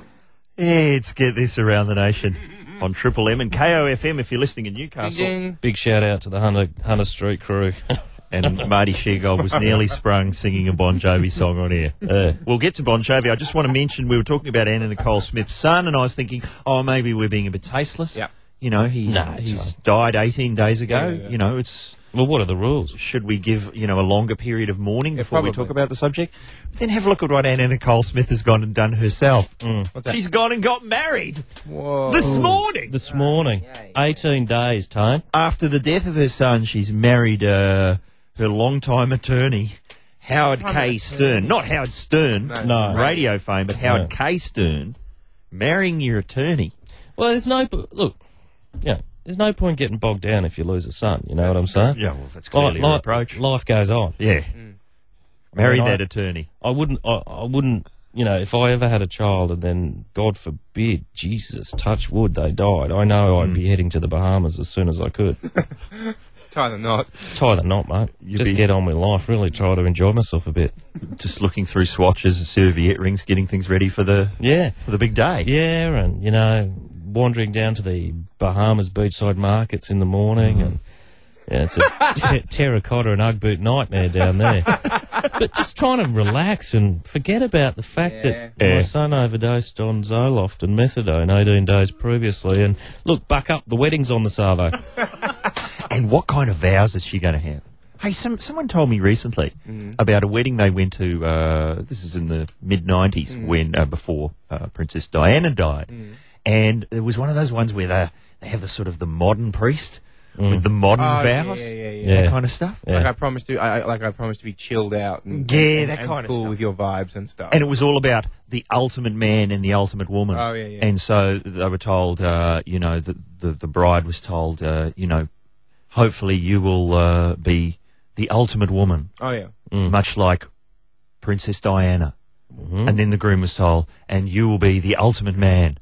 S2: It's Get This Around the Nation on Triple M and KOFM if you're listening in Newcastle.
S4: Ding.
S3: Big shout out to the Hunter, Hunter Street crew. [laughs]
S2: and Marty Sheargold was nearly sprung singing a Bon Jovi song on air.
S3: Yeah.
S2: We'll get to Bon Jovi. I just want to mention we were talking about Anna Nicole Smith's son, and I was thinking, oh, maybe we're being a bit tasteless.
S4: Yep.
S2: You know, he, he's died 18 days ago. You know, it's
S3: well, what are the rules?
S2: should we give you know a longer period of mourning before we
S4: probably.
S2: talk about the subject? But then have a look at what Anna Nicole Smith has gone and done herself. She's gone and got married
S4: Whoa.
S2: this morning.
S3: This morning, 18 days time.
S2: after the death of her son, she's married uh, her longtime attorney, Howard K. Stern. Not Howard Stern,
S3: No.
S2: radio fame, but Howard K. Stern. Marrying your attorney.
S3: Well, there's no po- look. Yeah, there's no point getting bogged down if you lose a son. You know what I'm saying?
S2: well, that's
S3: Li- li- Life goes on.
S2: Yeah.
S3: I
S2: Marry
S3: mean, I-
S2: Mm. that attorney.
S3: I wouldn't. I, I wouldn't. You know, if I ever had a child and then, God forbid, Jesus, touch wood, they died, I know I'd be heading to the Bahamas as soon as I could.
S4: Tie the knot.
S3: Tie the knot, mate. Just
S2: be-
S3: get on with life. Really try to enjoy myself a bit.
S2: Just looking through swatches and serviette rings, getting things ready for the
S3: Yeah,
S2: for the big day.
S3: yeah, and you know, wandering down to the Bahamas beachside markets in the morning, and yeah,
S4: [laughs]
S3: it's a ter- terracotta and Ugg boot nightmare down there. but just trying to relax and forget about the fact that
S2: Yeah.
S3: my son overdosed on Zoloft and methadone 18 days previously, and look, buck up, the wedding's on
S4: [laughs]
S3: the Savo.
S2: And what kind of vows is she going to have? Hey, some, someone told me recently
S4: Mm.
S2: about a wedding they went to. Uh, this is in the mid '90s,
S4: Mm.
S2: when uh, before uh, Princess Diana died, and it was one of those ones where they they have the sort of the modern priest with the modern
S4: Oh, yeah,
S2: vows,
S4: yeah, yeah,
S3: yeah.
S2: that
S3: Yeah.
S2: kind of stuff.
S3: Yeah.
S4: Like I promised to, I, I- like I promised to be chilled out and
S2: Yeah,
S4: and-
S2: that
S4: and
S2: kind of
S4: cool
S2: stuff.
S4: with your vibes and stuff.
S2: And it was all about the ultimate man and the ultimate woman.
S4: Oh, yeah, yeah.
S2: And so they were told, uh, you know, the, the, the bride was told, uh, you know, hopefully you will uh, be the ultimate woman.
S4: oh yeah,
S2: Mm-hmm. much like Princess Diana.
S3: Mm-hmm.
S2: And then the groom was told, and you will be the ultimate man,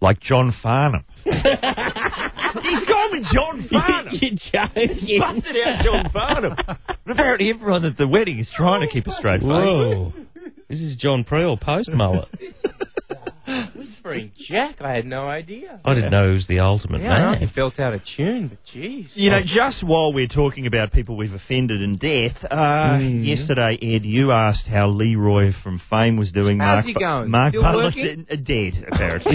S2: like
S3: [laughs]
S2: John Farnham. He's gone with
S3: [laughs]
S2: John Farnham.
S3: you joking?
S2: Busted out
S3: [laughs]
S2: John Farnham. But apparently, everyone at the wedding is trying to keep a straight face.
S3: Whoa. This is John Preel post mullet.
S4: whispering Jack. I had no idea.
S3: I didn't know he was the ultimate
S4: Yeah, I know,
S3: man.
S4: it felt out of tune, but jeez.
S2: You
S3: oh.
S2: know, just while we're talking about people we've offended and death, uh,
S3: Mm.
S2: yesterday, Ed, you asked how Leroy from Fame was doing.
S4: How's
S2: Mark,
S4: he going?
S2: Mark
S4: Still
S2: Butler
S4: working?
S2: said, uh, dead, apparently.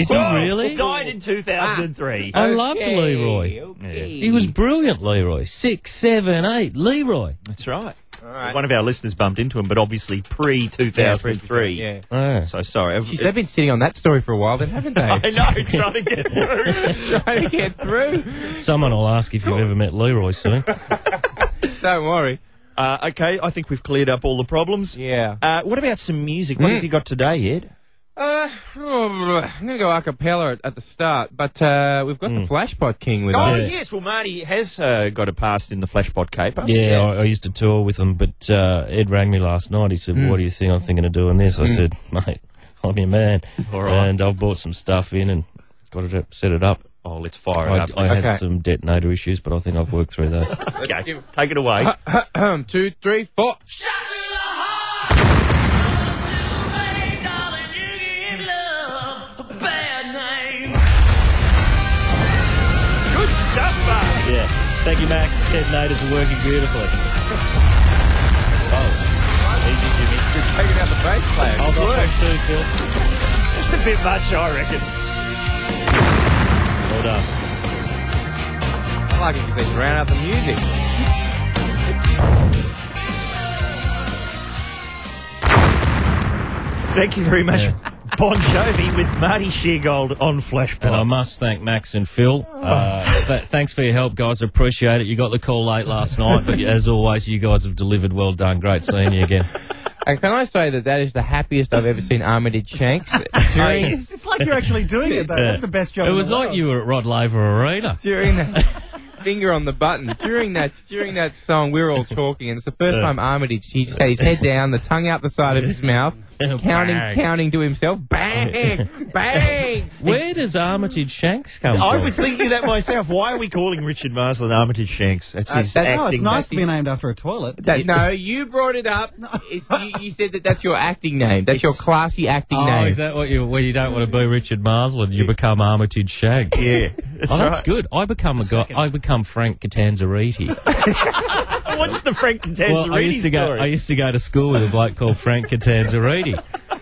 S3: [laughs] Is he
S2: Whoa,
S3: really? Uh,
S2: Died in 2003.
S3: I loved Leroy.
S4: Okay.
S3: He was brilliant, Leroy. Six, seven, eight, Leroy.
S2: That's right.
S4: Alright.
S2: One of our listeners bumped into him, but obviously pre two thousand three.
S4: Yeah.
S3: Ah.
S2: So sorry.
S4: Jeez, they've been sitting on that story for a while, then, haven't
S2: I
S4: they?
S2: know. Trying to [laughs] get through.
S4: Trying to get through.
S3: Someone will ask if you've ever met Leroy
S2: [laughs]
S3: soon.
S4: [laughs] Don't worry.
S2: uh, okay, I think we've cleared up all the problems.
S4: Yeah.
S2: Uh, what about some music? What have you got today, Ed?
S4: Uh, I'm gonna go a cappella at, at the start, but uh, we've got the Flashpot King with
S2: Oh
S4: us.
S2: yes, well Marty has uh, got a past in the Flashpot caper.
S3: Yeah, I, I used to tour with him, but uh, Ed rang me last night. He
S2: Hmm.
S3: said, "What do you think I'm thinking of doing this?" I said, "Mate, I'm your man,"
S2: All right.
S3: and I've bought some stuff in and got it up, set it up.
S2: Oh, let's fire it
S3: I,
S2: up.
S3: I
S4: Okay.
S3: had some detonator issues, but I think I've worked through
S2: [laughs]
S3: those.
S2: okay, Uh, take it away.
S4: Um, two, three, four.
S2: Good stuff, Marty.
S3: yeah, thank you, Max. Detonators are working beautifully. Oh,
S4: Taking out the bass player.
S3: easy, Jimmy. I'll go two, Phil.
S2: It's a bit much, I reckon.
S3: Well done.
S4: I like it because they drown out the music.
S2: Thank you very much, Bon Jovi, with Marty Sheargold on Flashpoint.
S3: And I must thank Max and Phil.
S2: Oh.
S3: Uh, th- thanks for your help, guys. I appreciate it. You got the call late
S2: [laughs]
S3: last night, but as always, you guys have delivered. Well done. Great seeing you
S2: [laughs]
S3: again.
S4: And can I say that that is the happiest I've ever seen Armitage Shanks? During-
S11: It's like you're actually doing it, though. That's the best job.
S3: It
S11: in the
S3: was like
S11: world.
S3: you were at Rod Laver Arena.
S4: [laughs] during that finger on the button during that during that song we were all talking and it's the first time Armitage he just had his head down the tongue out the side of his mouth counting
S3: Bang.
S4: counting to himself bang bang
S3: Where does Armitage Shanks come
S2: I
S3: from?
S2: was thinking that myself. Why are we calling Richard Marsland Armitage Shanks? That's
S4: Uh,
S2: his
S4: that-
S2: acting.
S4: no, it's nice to be
S11: named after a toilet.
S4: That- no you brought it up it's, you, you said that that's your acting name that's your classy acting
S3: Oh,
S4: name
S3: is that what you? Where you don't want to be Richard Marsland, you become Armitage Shanks.
S2: Yeah, that's
S3: oh, that's
S2: right.
S3: good. I become a guy. I become Frank
S2: [laughs]
S3: Catanzariti.
S2: What's the Frank Contessa
S3: well, I used to go. I used to go to school with a bloke called Frank Catanzariti,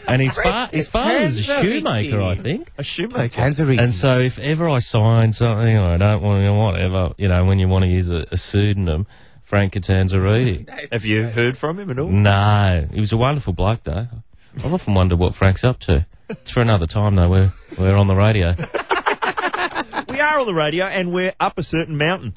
S3: and his fa- his father was a shoemaker, I think.
S2: A shoemaker.
S3: And so, if ever I sign something, or I don't want to, whatever, you know, when you want to use a, a pseudonym, Frank Catanzariti.
S2: Have you heard from him at all?
S3: No, he was a wonderful bloke, though. I've often wondered what Frank's up to. It's for another time, though. We're we're on the radio.
S2: We are on the radio, and we're up a certain mountain.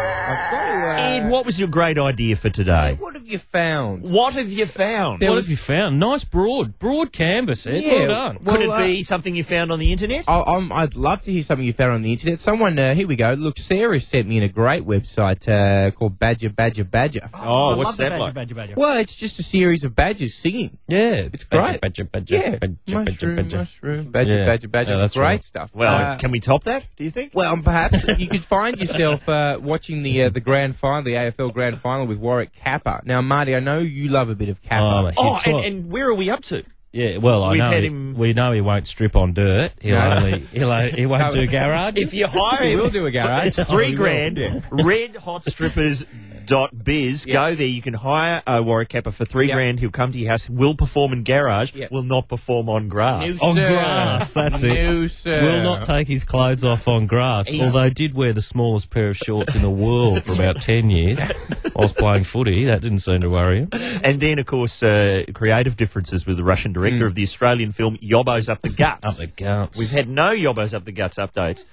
S2: Ed, what was your great idea for today?
S4: uh, what have you found
S2: What have you found?
S3: what have you found? Nice broad, broad canvas. Ed.
S4: Yeah,
S3: well done.
S4: well,
S2: Could it
S4: uh,
S2: be something you found on the internet?
S4: I, I'm, I'd love to hear something you found on the internet. Someone, uh, here we go. Look, Sarah sent me in a great website uh, called Badger Badger Badger.
S2: Oh,
S11: I
S2: what's
S11: love the
S2: that
S11: badger,
S2: like?
S11: Badger, badger.
S4: Well, it's just a series of badgers singing.
S3: yeah,
S4: It's great.
S3: Badger, badger,
S4: Yeah,
S3: badger, badger,
S4: mushroom,
S3: badger.
S4: mushroom, badger,
S3: Yeah.
S4: badger, badger.
S3: Yeah, that's
S4: great
S3: right.
S4: stuff.
S2: Well,
S4: Uh,
S2: can we top that? Do you think?
S4: well, and perhaps [laughs] you could find yourself uh, watching the uh, the grand final, the AFL grand final with Warwick Kappa. Now, Marty, I know you love a bit of Kappa.
S3: Oh, I'm a huge
S2: Oh, and,
S3: fan.
S2: and where are we up to?
S3: Yeah, well, I
S2: We've
S3: know
S2: had
S3: he-
S2: him-
S3: we know he won't strip on dirt. He'll
S4: No.
S3: only he'll, o- he won't do garage.
S2: If you [laughs] hire
S4: we
S2: him,
S4: will do a garage.
S2: It's three
S3: Oh, we will.
S2: grand. Redhotstrippers.biz. Go there. You can hire a Warwick Kappa for three
S4: Yeah.
S2: grand. He'll come to your house. Will perform in garage.
S4: Yeah.
S2: Will not perform on grass.
S3: on
S4: Sir.
S3: grass, that's
S4: No,
S3: it.
S4: sir.
S3: Will not take his clothes off on grass.
S4: He's-
S3: Although did wear the smallest pair of shorts in the world for about ten
S4: [laughs]
S3: years whilst playing footy. That didn't seem to worry him.
S2: And then, of course, uh, creative differences with the Russian
S4: Hmm.
S2: director of the Australian film Yobos
S4: [laughs]
S2: Up the Guts.
S3: Up the guts.
S2: We've had no Yobos Up the Guts updates.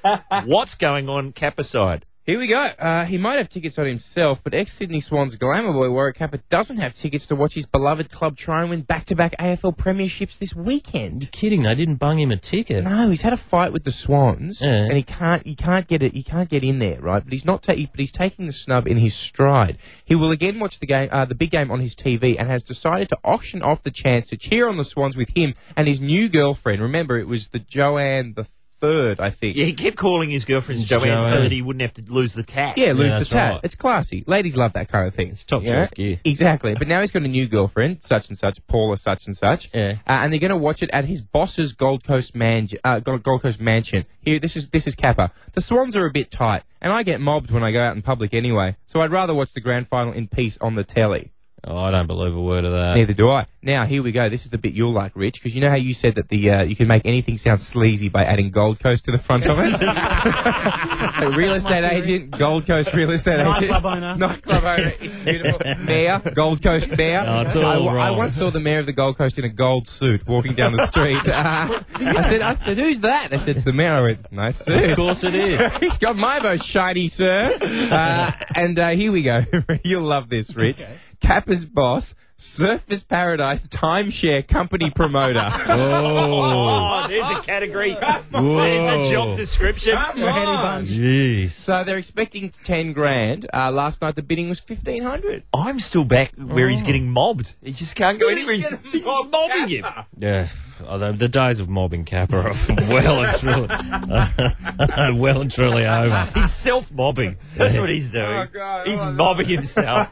S2: What's going on Kappa side?
S4: Here we go. Uh, he might have tickets on himself, but ex Sydney Swans glamour boy Warwick Kappa doesn't have tickets to watch his beloved club try and win back to back AFL premierships this weekend.
S3: kidding. They didn't bung him a ticket.
S4: No, he's had a fight with the Swans,
S3: Yeah.
S4: and he can't he can't get it. He can't get in there, right? But he's not. Ta- but he's taking the snub in his stride. He will again watch the game, uh, the big game on his TV, and has decided to auction off the chance to cheer on the Swans with him and his new girlfriend. Remember, it was the Joanne the third, I think.
S2: Yeah, he kept calling his girlfriend Joanne, so
S3: Joanne.
S2: that he wouldn't have to lose the tag.
S4: Yeah, lose
S3: Yeah,
S4: the
S3: that's
S4: tat.
S3: right.
S4: It's classy. Ladies love that kind of thing. It's
S3: top shelf gear.
S4: Exactly. But now he's got a new girlfriend, such and such, Paula, such and such.
S3: Yeah.
S4: Uh, and they're going to watch it at his boss's Gold Coast man, uh, Gold Gold Coast mansion. Here, this is this is Kappa. The Swans are a bit tight, and I get mobbed when I go out in public anyway. So I'd rather watch the grand final in peace on the telly.
S3: Oh, I don't believe a word of that.
S4: Neither do I. Now here we go. This is the bit you'll like, Rich, because you know how you said that the uh, you can make anything sound sleazy by adding Gold Coast to the front of
S3: [laughs]
S4: it. A real estate agent, Gold Coast real estate agent,
S11: Nightclub
S4: [laughs]
S11: owner.
S4: nightclub owner. It's beautiful. Mayor, Gold Coast mayor.
S3: No, it's all
S4: I, wa- I
S3: wrong.
S4: once saw the mayor of the Gold Coast in a gold suit walking down the
S3: [laughs]
S4: street. Uh, I said, I said, who's that? They said, it's the mayor. I went, nice
S3: Of
S4: suit.
S3: course it is.
S4: He's got my vote, shiny [laughs] sir. Uh, and uh, here we go. [laughs] You'll love this, Rich. Kappa's boss, Surface Paradise timeshare company [laughs] promoter.
S3: [laughs] [laughs] Oh,
S2: Oh, there's a
S4: [laughs]
S2: category. [laughs]
S3: Whoa.
S2: There's a job description.
S3: jeez.
S4: So they're expecting ten grand. Uh, last night the bidding was fifteen hundred.
S2: I'm still back where he's getting mobbed. He just can't go
S4: Oh. He's
S2: anywhere. He's,
S4: getting
S2: he's
S4: mobbed.
S2: [laughs] mobbing him.
S3: Yeah, although the days of mobbing Kappa are [laughs] well and truly, are well and truly [laughs] over.
S2: He's
S4: [laughs]
S2: self mobbing. That's what he's doing.
S4: Oh, God, I
S2: he's
S4: love [laughs]
S2: mobbing himself.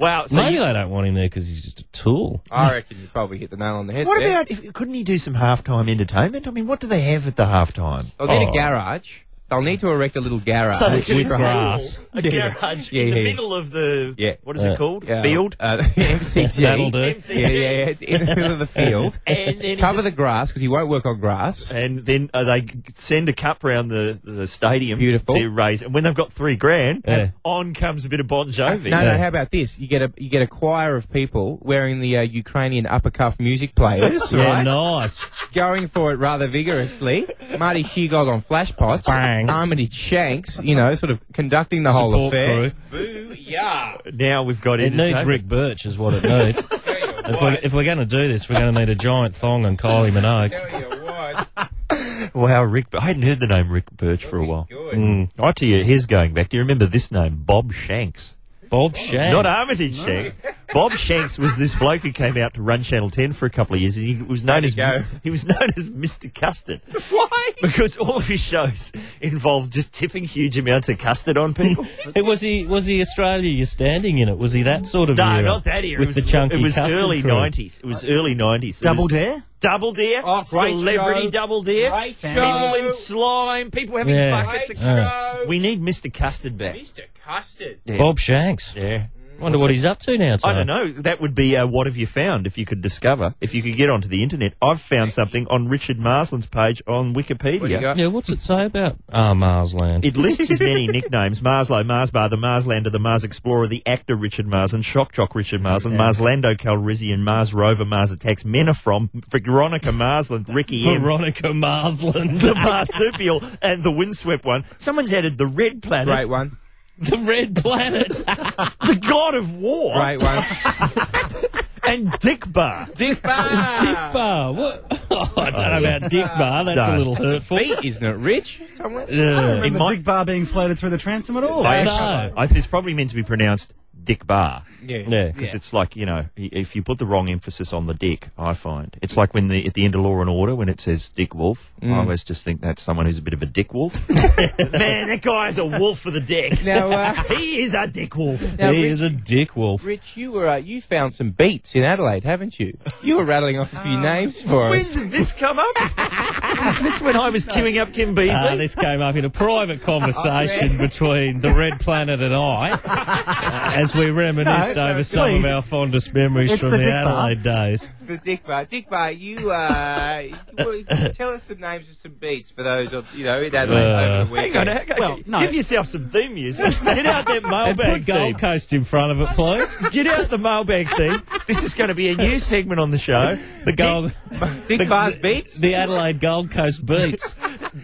S2: Wow. So
S3: Maybe
S2: you-
S3: they don't want him there because he's just a tool.
S4: I reckon you probably hit the nail on the head.
S2: what
S4: there.
S2: about if couldn't he do some halftime entertainment? I mean, what do they have at the halftime?
S4: Oh, they had
S3: Oh.
S4: a garage. They'll need to erect a little garage
S2: So they
S4: with
S2: just
S4: grass.
S2: A
S4: Yeah.
S2: garage
S4: Yeah,
S2: in the
S4: yeah.
S2: middle of the
S4: Yeah.
S2: what is it called?
S4: Yeah.
S2: Field.
S4: Uh, [laughs] MCG.
S2: [laughs] That'll do.
S4: Yeah, yeah, yeah. It's in the middle of the field.
S2: [laughs] And then
S4: Cover
S2: just-
S4: the grass because he won't work on grass.
S2: And then uh, they g- send a cup round the, the stadium to raise. And when they've got three grand,
S4: Yeah.
S2: on comes a bit of Bon Jovi.
S4: No, no. How about this? You get a you get a choir of people wearing the uh, Ukrainian upper cuff music players,
S3: Yeah,
S4: right?
S3: nice.
S4: Going for it rather vigorously. Marty Shigog on flashpots.
S3: Bang.
S4: Armitage Shanks, you know, sort of conducting the whole
S3: Support
S4: affair.
S2: Uh, Now we've got
S3: It needs
S2: entertainment.
S3: Rick Birch, is what it needs. if, we're, if we're going to do this, we're going to need a giant thong and Kylie Minogue.
S2: Wow, Rick. I hadn't heard the name Rick Birch for a while. Mm. I tell you, here's going back. Do you remember this name? Bob Shanks.
S3: Bob Shanks.
S2: Not Armitage Shanks. Bob Shanks was this bloke who came out to run Channel 10 for a couple of years and he was known as [laughs] he was known as Mr. Custard. Why? Because all of his shows involved just tipping huge amounts of custard on people.
S3: It was he was he Australia you're standing in it? Was he that sort of
S2: [laughs] No,
S3: era?
S2: not that era.
S3: With
S2: it was,
S3: the chunky
S2: It was
S3: custard
S2: early
S3: crew?
S2: 90s. It was early 90s. It
S11: Double
S2: was-
S11: Dare?
S2: Double Dare.
S11: Oh, great
S2: Celebrity
S11: show.
S2: Double Dare.
S11: Great
S2: people
S11: show.
S2: in slime. People having
S3: Yeah.
S2: buckets of
S3: Great
S2: custard. We need Mr. Custard back.
S4: Mr. Custard.
S2: Yeah.
S3: Bob Shanks.
S2: Yeah.
S3: Wonder
S2: What's
S3: what
S2: it-
S3: he's up to now.
S2: I
S3: Tony.
S2: don't know. That would be uh, what have you found if you could discover, if you could get onto the internet. I've found something on Richard Marsland's page on Wikipedia.
S3: Yeah, what's it say about Ah Marsland?
S2: It lists his many nicknames Marslow, Marsbar, the Marslander, the Mars Explorer, the actor Richard Marsland, Shock Jock Richard Marsland, Marslando Calrissian, Mars Rover, Mars Attacks, Menafrom, Veronica
S3: [laughs]
S2: Marsland, Ricky M.
S3: Veronica Marsland. [laughs]
S2: The marsupial and the windswept one. Someone's added the red planet,
S4: Great one.
S3: the Red Planet.
S2: the god of war,
S4: Great one.
S2: and Dick Bar.
S4: Dick Bar.
S3: Bar. What? [laughs] Oh, I don't know about Dick
S2: [laughs]
S3: Bar. That's
S2: No.
S3: a little hurtful.
S4: Beat, isn't it, Rich? Somewhere.
S11: I don't
S2: It
S11: remember
S2: might-
S11: Big Bar being floated through the transom at all.
S2: I
S3: No.
S2: actually, I, it's probably meant to be pronounced Dick Bar.
S3: Yeah.
S2: Because it's like, you know, i- if you put the wrong emphasis on the dick, I find. It's like when the at the end of Law and Order, when it says Dick Wolf,
S11: Mm.
S2: I always just think that's someone who's a bit of a dick
S11: [laughs]
S2: wolf. Man, that guy's a wolf for the dick.
S4: Now, uh,
S2: he is a dick wolf.
S4: Now,
S3: he
S4: Rich-
S3: is a dick wolf.
S4: Rich, you were uh, you found some beats in Adelaide, haven't you? You were rattling off a few names for
S2: Um, When
S4: us.
S2: did this come up? Is this when I was queuing up Kim Beazley?
S3: Uh, this came up in a
S11: [laughs]
S3: private conversation between the Red Planet and I uh, as we reminisced
S11: No, no,
S3: over some of
S11: please.
S3: our fondest memories
S11: It's
S3: from
S11: the
S3: the,
S11: dick bar.
S3: Adelaide days.
S4: The Dick Bar, Dick Bar, you uh, you- [laughs] tell us some names of some beats for those of- you know in Adelaide
S3: Uh,
S4: over the
S2: Hang on,
S4: weekend.
S2: hang on.
S11: Well, no.
S2: Give yourself some theme music. Get out
S11: [laughs]
S2: that
S11: Oh,
S3: And put
S2: mailbag theme.
S3: Gold Coast in front of it, please.
S2: Get out the mailbag theme. This is going to be a new segment on the show.
S3: The Gold,
S4: Dick Bar's beats.
S3: the Adelaide Gold Coast
S11: [laughs]
S3: Beats.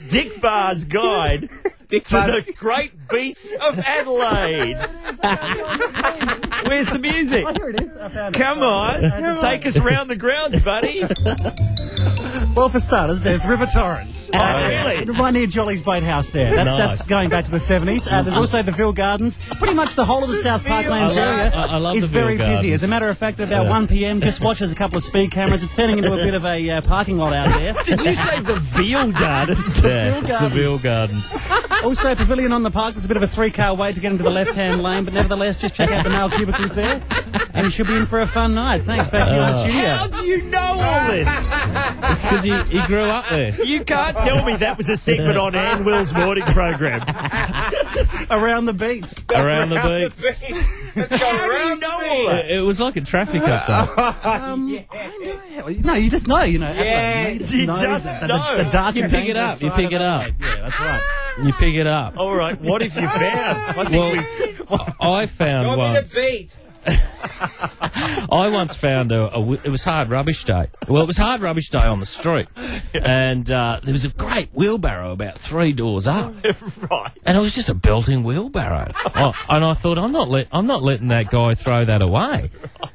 S2: Dick Bar's guide
S4: Dick
S2: to
S4: Bar's.
S2: the great beats
S4: Oh,
S2: of
S4: [laughs]
S2: Adelaide. Where's the music?
S11: Here it is. I found it.
S2: Come on, take us round the grounds, buddy.
S11: Well, for starters, there's River Torrens. Oh,
S2: really?
S11: The one near Jolly's Boathouse there. That's,
S3: Nice.
S11: that's going back to the 70s. Uh, there's also the Ville Gardens. Pretty much the whole of the South Parklands
S3: I love-
S11: area
S3: I- I love
S11: is
S3: the Ville
S11: uh, very busy.
S3: Gardens.
S11: As a matter of fact, at about
S3: Yeah.
S11: 1 p.m., just watch there's a couple of speed cameras. It's turning into a bit of a uh, parking lot out [laughs] there.
S2: Did you say the Veal Gardens?
S3: Yeah, it's the Ville Gardens.
S11: Also, Pavilion on the Park. There's a bit of a three-car wait to get into the left-hand lane, but nevertheless, just check out the male cubicles there, and you should be in for a fun night. Thanks. Back to your
S2: How
S11: studio.
S2: do you know all this?
S3: It's because he, he grew up
S11: [laughs]
S3: there.
S2: You can't
S4: [laughs]
S2: tell [laughs] me that was a segment on Ann Will's morning [laughs] program.
S11: Around the beats.
S3: Around the beats.
S2: How do you know all that?
S3: It was like a traffic
S11: [laughs]
S3: update.
S11: Um, I know. No, you just know. You know. Yeah, you just
S2: you
S11: know.
S2: just
S11: that
S2: know.
S11: The, the dark
S3: You
S11: and
S3: pick it
S11: dangerous
S3: up, you
S11: side
S3: pick
S11: of
S3: it up.
S11: Adelaide. Yeah, that's right.
S3: You pick it up.
S2: All right, what have [laughs] you found? I think
S3: Well,
S2: we've-
S11: Oh.
S3: I found one.
S4: beat.
S3: I once found a, a w- it was hard rubbish day. Well, it was hard rubbish day on the street, and uh, there was a great wheelbarrow about three doors up,
S2: [laughs] right.
S3: and it was just a belting wheelbarrow. Oh, and I thought, I'm not let, I'm not letting that guy throw that away.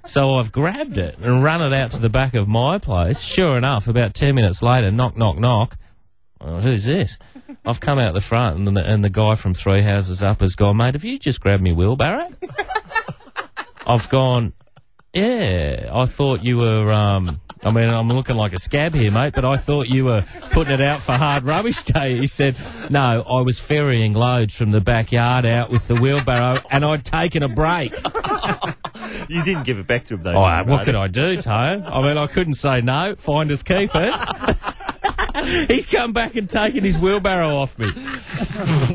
S3: So I've grabbed it and run it out to the back of my place. Sure enough, about ten minutes later, knock, knock, knock. Well, who's this? I've come out the front, and the, and the guy from three houses up has gone, mate. Have you just grabbed me wheelbarrow? I've gone, yeah, I thought you were. Um, I mean, I'm looking like a scab here, mate, but I thought you were putting it out for hard rubbish day. He said, No, I was ferrying loads from the backyard out with the wheelbarrow and I'd taken a
S2: [laughs]
S3: break.
S2: You didn't give it back to him, though.
S3: Oh,
S2: did you,
S3: what
S2: Brady?
S3: could I do, Tone? I mean, I couldn't say no. Finders keepers. [laughs] He's come back and taken his wheelbarrow off me.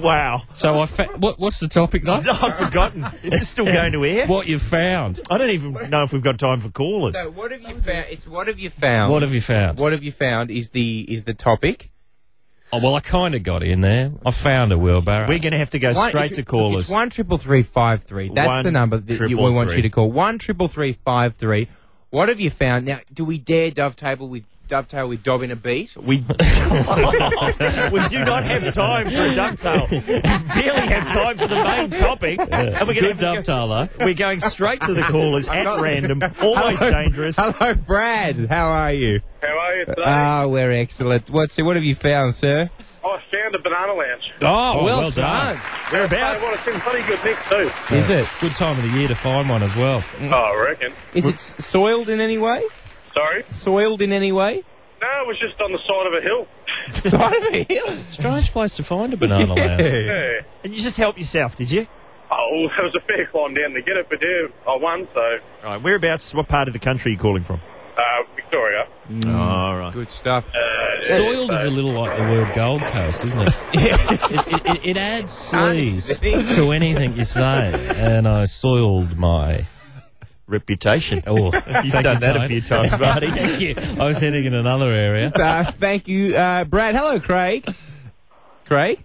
S2: wow.
S3: So I fa- what, what's the topic though?
S2: I've forgotten. Is this still going to air?
S3: What you found?
S2: I don't even know if we've got time for callers.
S4: So what have you found? It's what have you found?
S3: What have you found?
S4: What have you found is the is the topic.
S3: Oh well, I kind of got in there. I found a wheelbarrow.
S2: We're going to have to go
S4: One-
S2: straight
S4: it's-
S2: to callers.
S4: It's one triple three five three. That's
S2: One
S4: the number that you, we
S2: triple
S4: want
S2: three.
S4: you to call. One triple three five three. What have you found? Now, do we dare dovetail with dovetail with Dob in a beat?
S2: We we do not have time for a dovetail. We barely have time for the main topic. And we're going
S3: Good
S2: to have to
S3: dovetail though.
S2: go- We're going straight to the callers
S3: [laughs]
S2: at random. Always
S4: Hello.
S2: dangerous.
S4: [laughs] Hello, Brad. How are you?
S13: How are you today?
S4: Ah, we're excellent. What's what have you found, sir?
S13: oh, I found a banana lounge.
S3: Oh, well, done.
S13: Hey,
S2: Whereabouts?
S13: well, it's in pretty good nick too.
S4: Is it?
S3: Good time of the year to find one as well.
S13: Oh, I reckon.
S4: Is it s- soiled in any way?
S13: Sorry?
S4: Soiled in any
S2: [laughs]
S4: way?
S13: No, it was just on the side of a hill.
S4: Side of a hill.
S3: Strange place to find a banana lounge.
S13: Yeah.
S2: And you just help yourself, did you?
S13: Oh, [laughs] it was a fair climb down to get it, but yeah, I won, so
S2: All right. Whereabouts? What part of the country are you calling from?
S13: uh, Victoria.
S2: All right.
S4: Good stuff.
S13: Uh,
S3: Soiled
S13: yeah,
S3: is
S13: so-
S3: a little like the word Gold Coast, isn't it? it, it, it, it adds sleaze to anything you say, and I soiled my.
S2: Reputation.
S3: Oh,
S2: [laughs] You've
S3: thank
S2: done
S3: you,
S2: that a
S3: Tone. [laughs]
S2: few times, buddy.
S3: Thank you. I was heading in another area.
S4: Uh, thank you, uh, Brad. Hello, Craig. Craig.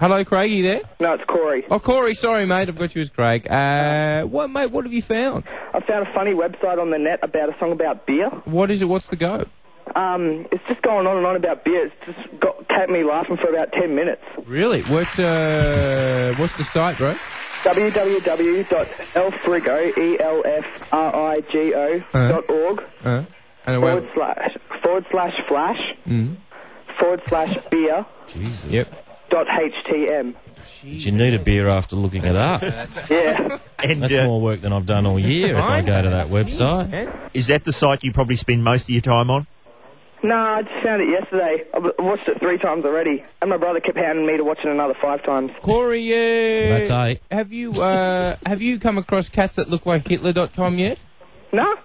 S4: Hello, Craig. Are you there?
S14: No, it's Corey.
S4: Oh, Corey. Sorry, mate. I've got you as Craig. Uh, what, mate? What have you found?
S14: I found a funny website on the net about a song about beer.
S4: What is it? What's the go?
S14: Um, it's just going on and on about beer. It's just got kept me laughing for about 10 minutes.
S4: Really? What's uh, what's the site, bro?
S14: www.elfrigo, E E-L-F-R-I-G-O dot org
S4: Uh, and away.
S14: forward slash, forward slash flash
S4: Mm.
S14: forward slash beer
S3: Jesus.
S4: Yep.
S14: dot HTM.
S3: Did you need a beer after looking it up?
S13: [laughs]
S14: Yeah.
S2: And
S3: That's
S2: uh,
S3: more work than I've done all year if I go to that website.
S2: is that the site you probably spend most of your time on?
S14: Nah, I just found it yesterday. I w- watched it three times already. And my brother kept hounding me to watch it another five times.
S4: Corey. Uh,
S3: That's eight.
S4: Have you uh, have you come across cats that look like Hitler.com yet?
S14: Nah?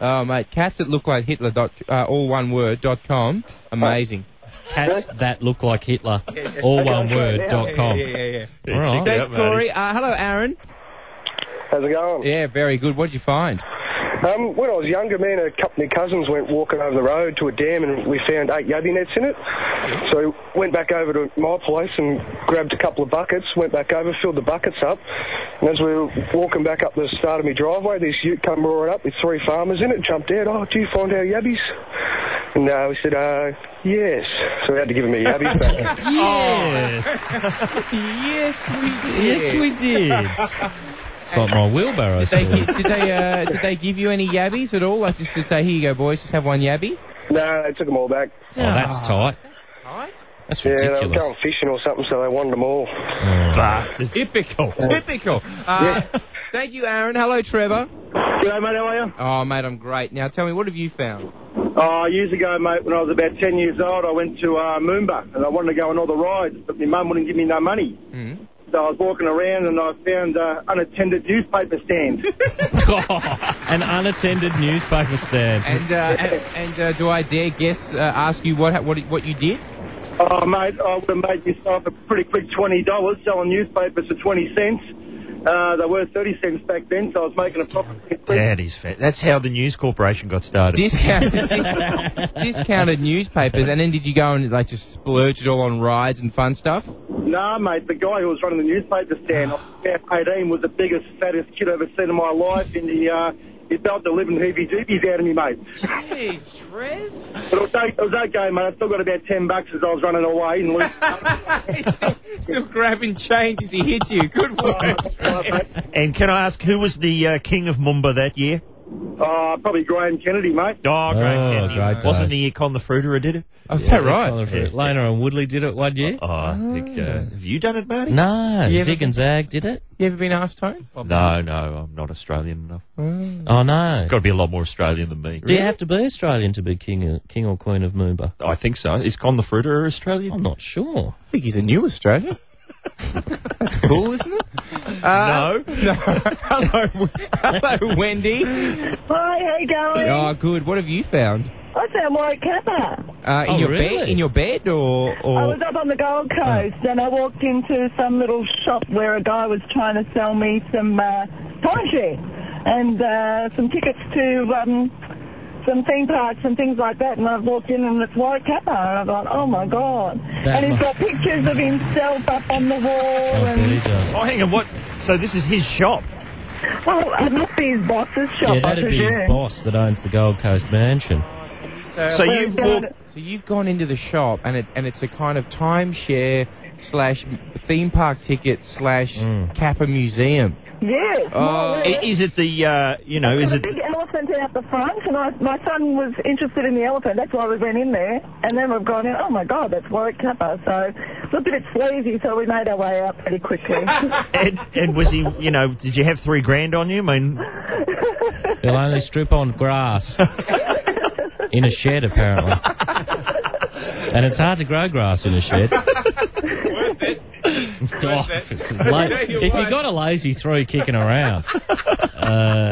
S4: Oh, mate, cats that look like Hitler. Dot, uh, all one word. Dot com. Amazing.
S3: Cats that look like Hitler. All one word. Dot com.
S4: yeah.
S3: All right.
S4: Thanks,
S2: Yeah, mate.
S4: Corey. Uh, hello, Aaron.
S13: How's it going?
S4: Yeah, very good. What'd you find?
S13: Um, when I was younger, me and a couple of cousins went walking over the road to a dam and we found eight yabby nets in it. So went back over to my place and grabbed a couple of buckets, went back over, filled the buckets up. And as we were uh, walking back up the start of my driveway, this ute come roaring up with three farmers in it, jumped out, oh, do you find our yabbies? And uh, we said, uh, yes. So we had to give him the
S14: [laughs]
S13: yabbies back.
S3: Yes.
S4: Yes, we
S3: Yes, we did. It's like my wheelbarrow.
S4: Did they,
S3: sort of.
S4: gi- did, they, uh, did they give you any yabbies at all? Like just to say, here you go, boys, just have one yabby?
S13: no, they took them all back.
S3: Oh, that's tight.
S4: Tight.
S3: That's
S13: Yeah, they were
S3: ridiculous.
S13: going fishing or something, so they wanted them all.
S2: Bastards.
S4: Typical. Typical. Uh, Thank you, Aaron. Hello, Trevor.
S15: G'day, mate. How are you?
S4: Oh, mate, I'm great. Now, tell me, what have you found?
S15: Oh, years ago, mate, when I was about 10 years old, I went to uh, Moomba and I wanted to go on all the rides, but my mum wouldn't give me no money.
S4: Mm.
S15: So I was walking around and I found uh, unattended newspaper stand.
S3: [laughs] An unattended newspaper stand.
S4: And uh, a- and uh, do I dare guess? Uh, ask you what ha- what what you did?
S15: oh, mate, I would have made myself a pretty quick $20 selling newspapers for 20 cents. Uh, they were 30 cents back then, so I was making a profit. pretty quick.
S2: That is fair. That's how the News Corporation got started.
S4: Discounted discounted newspapers, and then did you go and like just splurge it all on rides and fun stuff?
S15: Nah, mate, the guy who was running the newspaper stand, I was about 18, was the biggest, fattest kid I've ever seen in my life, and he, uh, he felt the living heebie-jeebies out of me, mate.
S4: Jeez, Trev.
S15: But it was, o- it was okay, mate. I still got about 10 bucks as I was running away. And
S2: [laughs]
S15: losing-
S4: Still grabbing change as he hits you. Good work.
S2: And can I ask who was the uh, king of Mumba that year?
S15: uh, probably Graham Kennedy, mate.
S2: Oh, great
S3: Oh,
S2: Kennedy.
S3: great
S2: Wasn't
S3: days.
S2: the year Con the Fruiterer did it?
S4: Oh, is that right?
S3: Colin Fruit. Lana and Woodley did it one year.
S2: Oh, I think. Uh, have you done it, Marty?
S3: No,
S4: You ever-
S3: Zig and Zag did it.
S4: You ever been asked home?
S2: No, no, I'm not Australian enough.
S3: Oh no.
S2: Got to be a lot more Australian than me.
S3: Do you have to be Australian to be king, uh, king or queen of Moomba?
S2: I think so. Is Con the Fruiterer Australian?
S3: I'm not sure.
S4: I think he's a new Australian. That's cool, isn't it?
S2: Oh,
S4: Uh, no. No. hello, hello, Wendy.
S16: Hi, how you going?
S4: Oh, good. What have you found?
S16: I found Warwick Kappa.
S4: Uh, in
S16: Oh,
S4: your bed?
S16: really?
S4: In your bed, or
S16: I
S4: or
S16: was up on the Gold Coast and I walked into some little shop where a guy was trying to sell me some uh, timeshare and uh, some tickets to um, some theme parks and things like that. And I walked in and it's Warwick Kappa. And I thought, oh my God.
S2: That
S16: and he's
S2: mu-
S16: got pictures of himself up on the wall. and
S2: Oh, hang on. What? So this is his shop.
S16: Well, it must be his boss's shop.
S3: Yeah, that'd
S16: I
S3: be his
S16: presume.
S3: boss that owns the Gold Coast mansion.
S16: So Well, you've
S4: gone,
S16: gone-
S4: so you've gone into the shop and it and it's a kind of timeshare slash theme park ticket slash Kappa museum.
S16: Yes. more or
S4: Oh,
S16: less.
S4: i-
S2: Is it the uh, you know?
S16: They've
S2: Is
S16: got
S2: it?
S16: a big elephant out the front? And I, my son was interested in the elephant. That's why we went in there. And then we've gone in. Oh my God, that's Warwick Kappa. So looked a bit sleazy. So we made our way out pretty quickly.
S2: Ed, Ed, was he? You know? Did you have three grand on you? I mean,
S3: [laughs] They'll only strip on grass in a shed, apparently. And it's hard to grow grass in a shed. [laughs] Oh, [laughs] la- if you got a lazy three kicking around uh,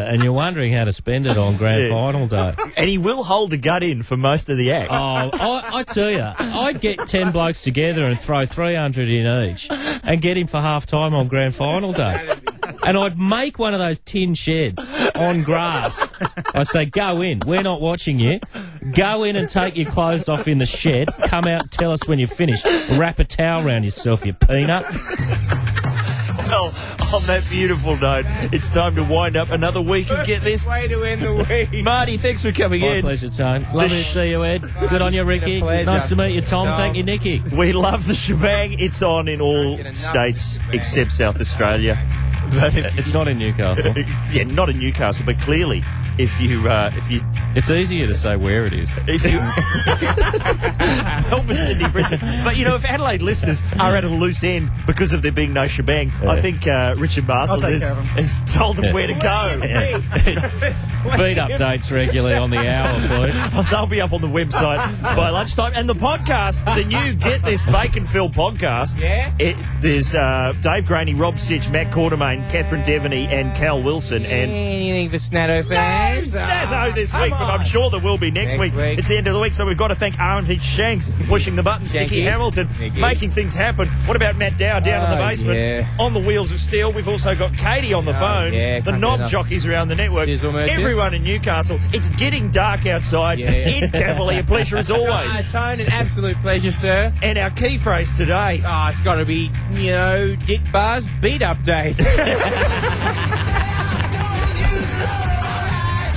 S3: and you're wondering how to spend it on grand
S2: Yeah.
S3: final day.
S2: and he will hold the gut in for most of the act.
S3: Oh, I, I tell you, I'd get 10 blokes together and throw 300 in each and get him for half time on grand final day. And I'd make one of those tin sheds on grass. I say, go in. We're not watching you. Go in and take your clothes off in the shed. Come out and tell us when you're finished. Wrap a towel around yourself, you peanut.
S2: Well, on that beautiful note, it's time to wind up another week and get this. Way to end the week. [laughs] Marty, thanks for coming
S3: My
S2: in.
S3: pleasure, Tone. Lovely to see you, Ed. Good on you, Ricky. Nice to meet you, Tom. Thank you, Nicky.
S2: We love the shebang. It's on in all states except South Australia. But
S3: it's not in Newcastle.
S2: [laughs] yeah, not in Newcastle, but clearly, if you uh, if you
S3: It's easier to say where it is.
S2: If you [laughs] help us, Sydney, Brisbane. But you know, if Adelaide listeners are at a loose end because of there being no shebang, I think uh, Richard Marshall
S3: take
S2: has,
S3: care of 'em.
S2: has told them
S3: Yeah.
S2: where to go. [laughs]
S3: Feed updates regularly on the hour, please.
S2: They'll be up on the website by lunchtime. And the podcast, the new Get This Bacon Phil podcast. Yeah. It, there's uh, Dave Graney, Rob Sitch, Matt Quartermain, Catherine Devaney, and Cal Wilson. And
S4: Anything for Snatto fans?
S2: that's
S4: Ah,
S2: how "Oh, this
S4: come
S2: week, but I'm
S4: on.
S2: sure there will be next,
S4: Next
S2: week.
S4: week.
S2: It's the end of the week, so we've got to thank R&H Shanks,
S4: [laughs]
S2: pushing the buttons,
S4: Thank
S2: Nicky
S4: you.
S2: Hamilton,
S4: Nicky.
S2: making things happen. What about Matt Dow down in the
S4: Oh,
S2: basement?
S4: yeah.
S2: On the wheels of steel, we've also got Katie on the
S4: Oh,
S2: phones,
S4: yeah, can't
S2: the
S4: get
S2: knob
S4: enough.
S2: jockeys around the network,
S4: Dizzle merchants.
S2: everyone in Newcastle. It's getting dark outside in Cavalier.
S4: [laughs]
S2: Pleasure as always.
S4: Ah, Tone, an absolute pleasure, sir.
S2: And our key phrase today.
S4: Oh, it's got to be, you know, Dick Bar's beat [laughs] update.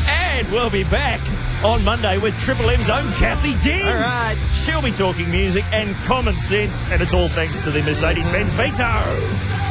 S2: And we'll be back on Monday with Triple M's own Kathy Dean. All right. She'll be talking music and common sense, and it's all thanks to the Mercedes-Benz Vito.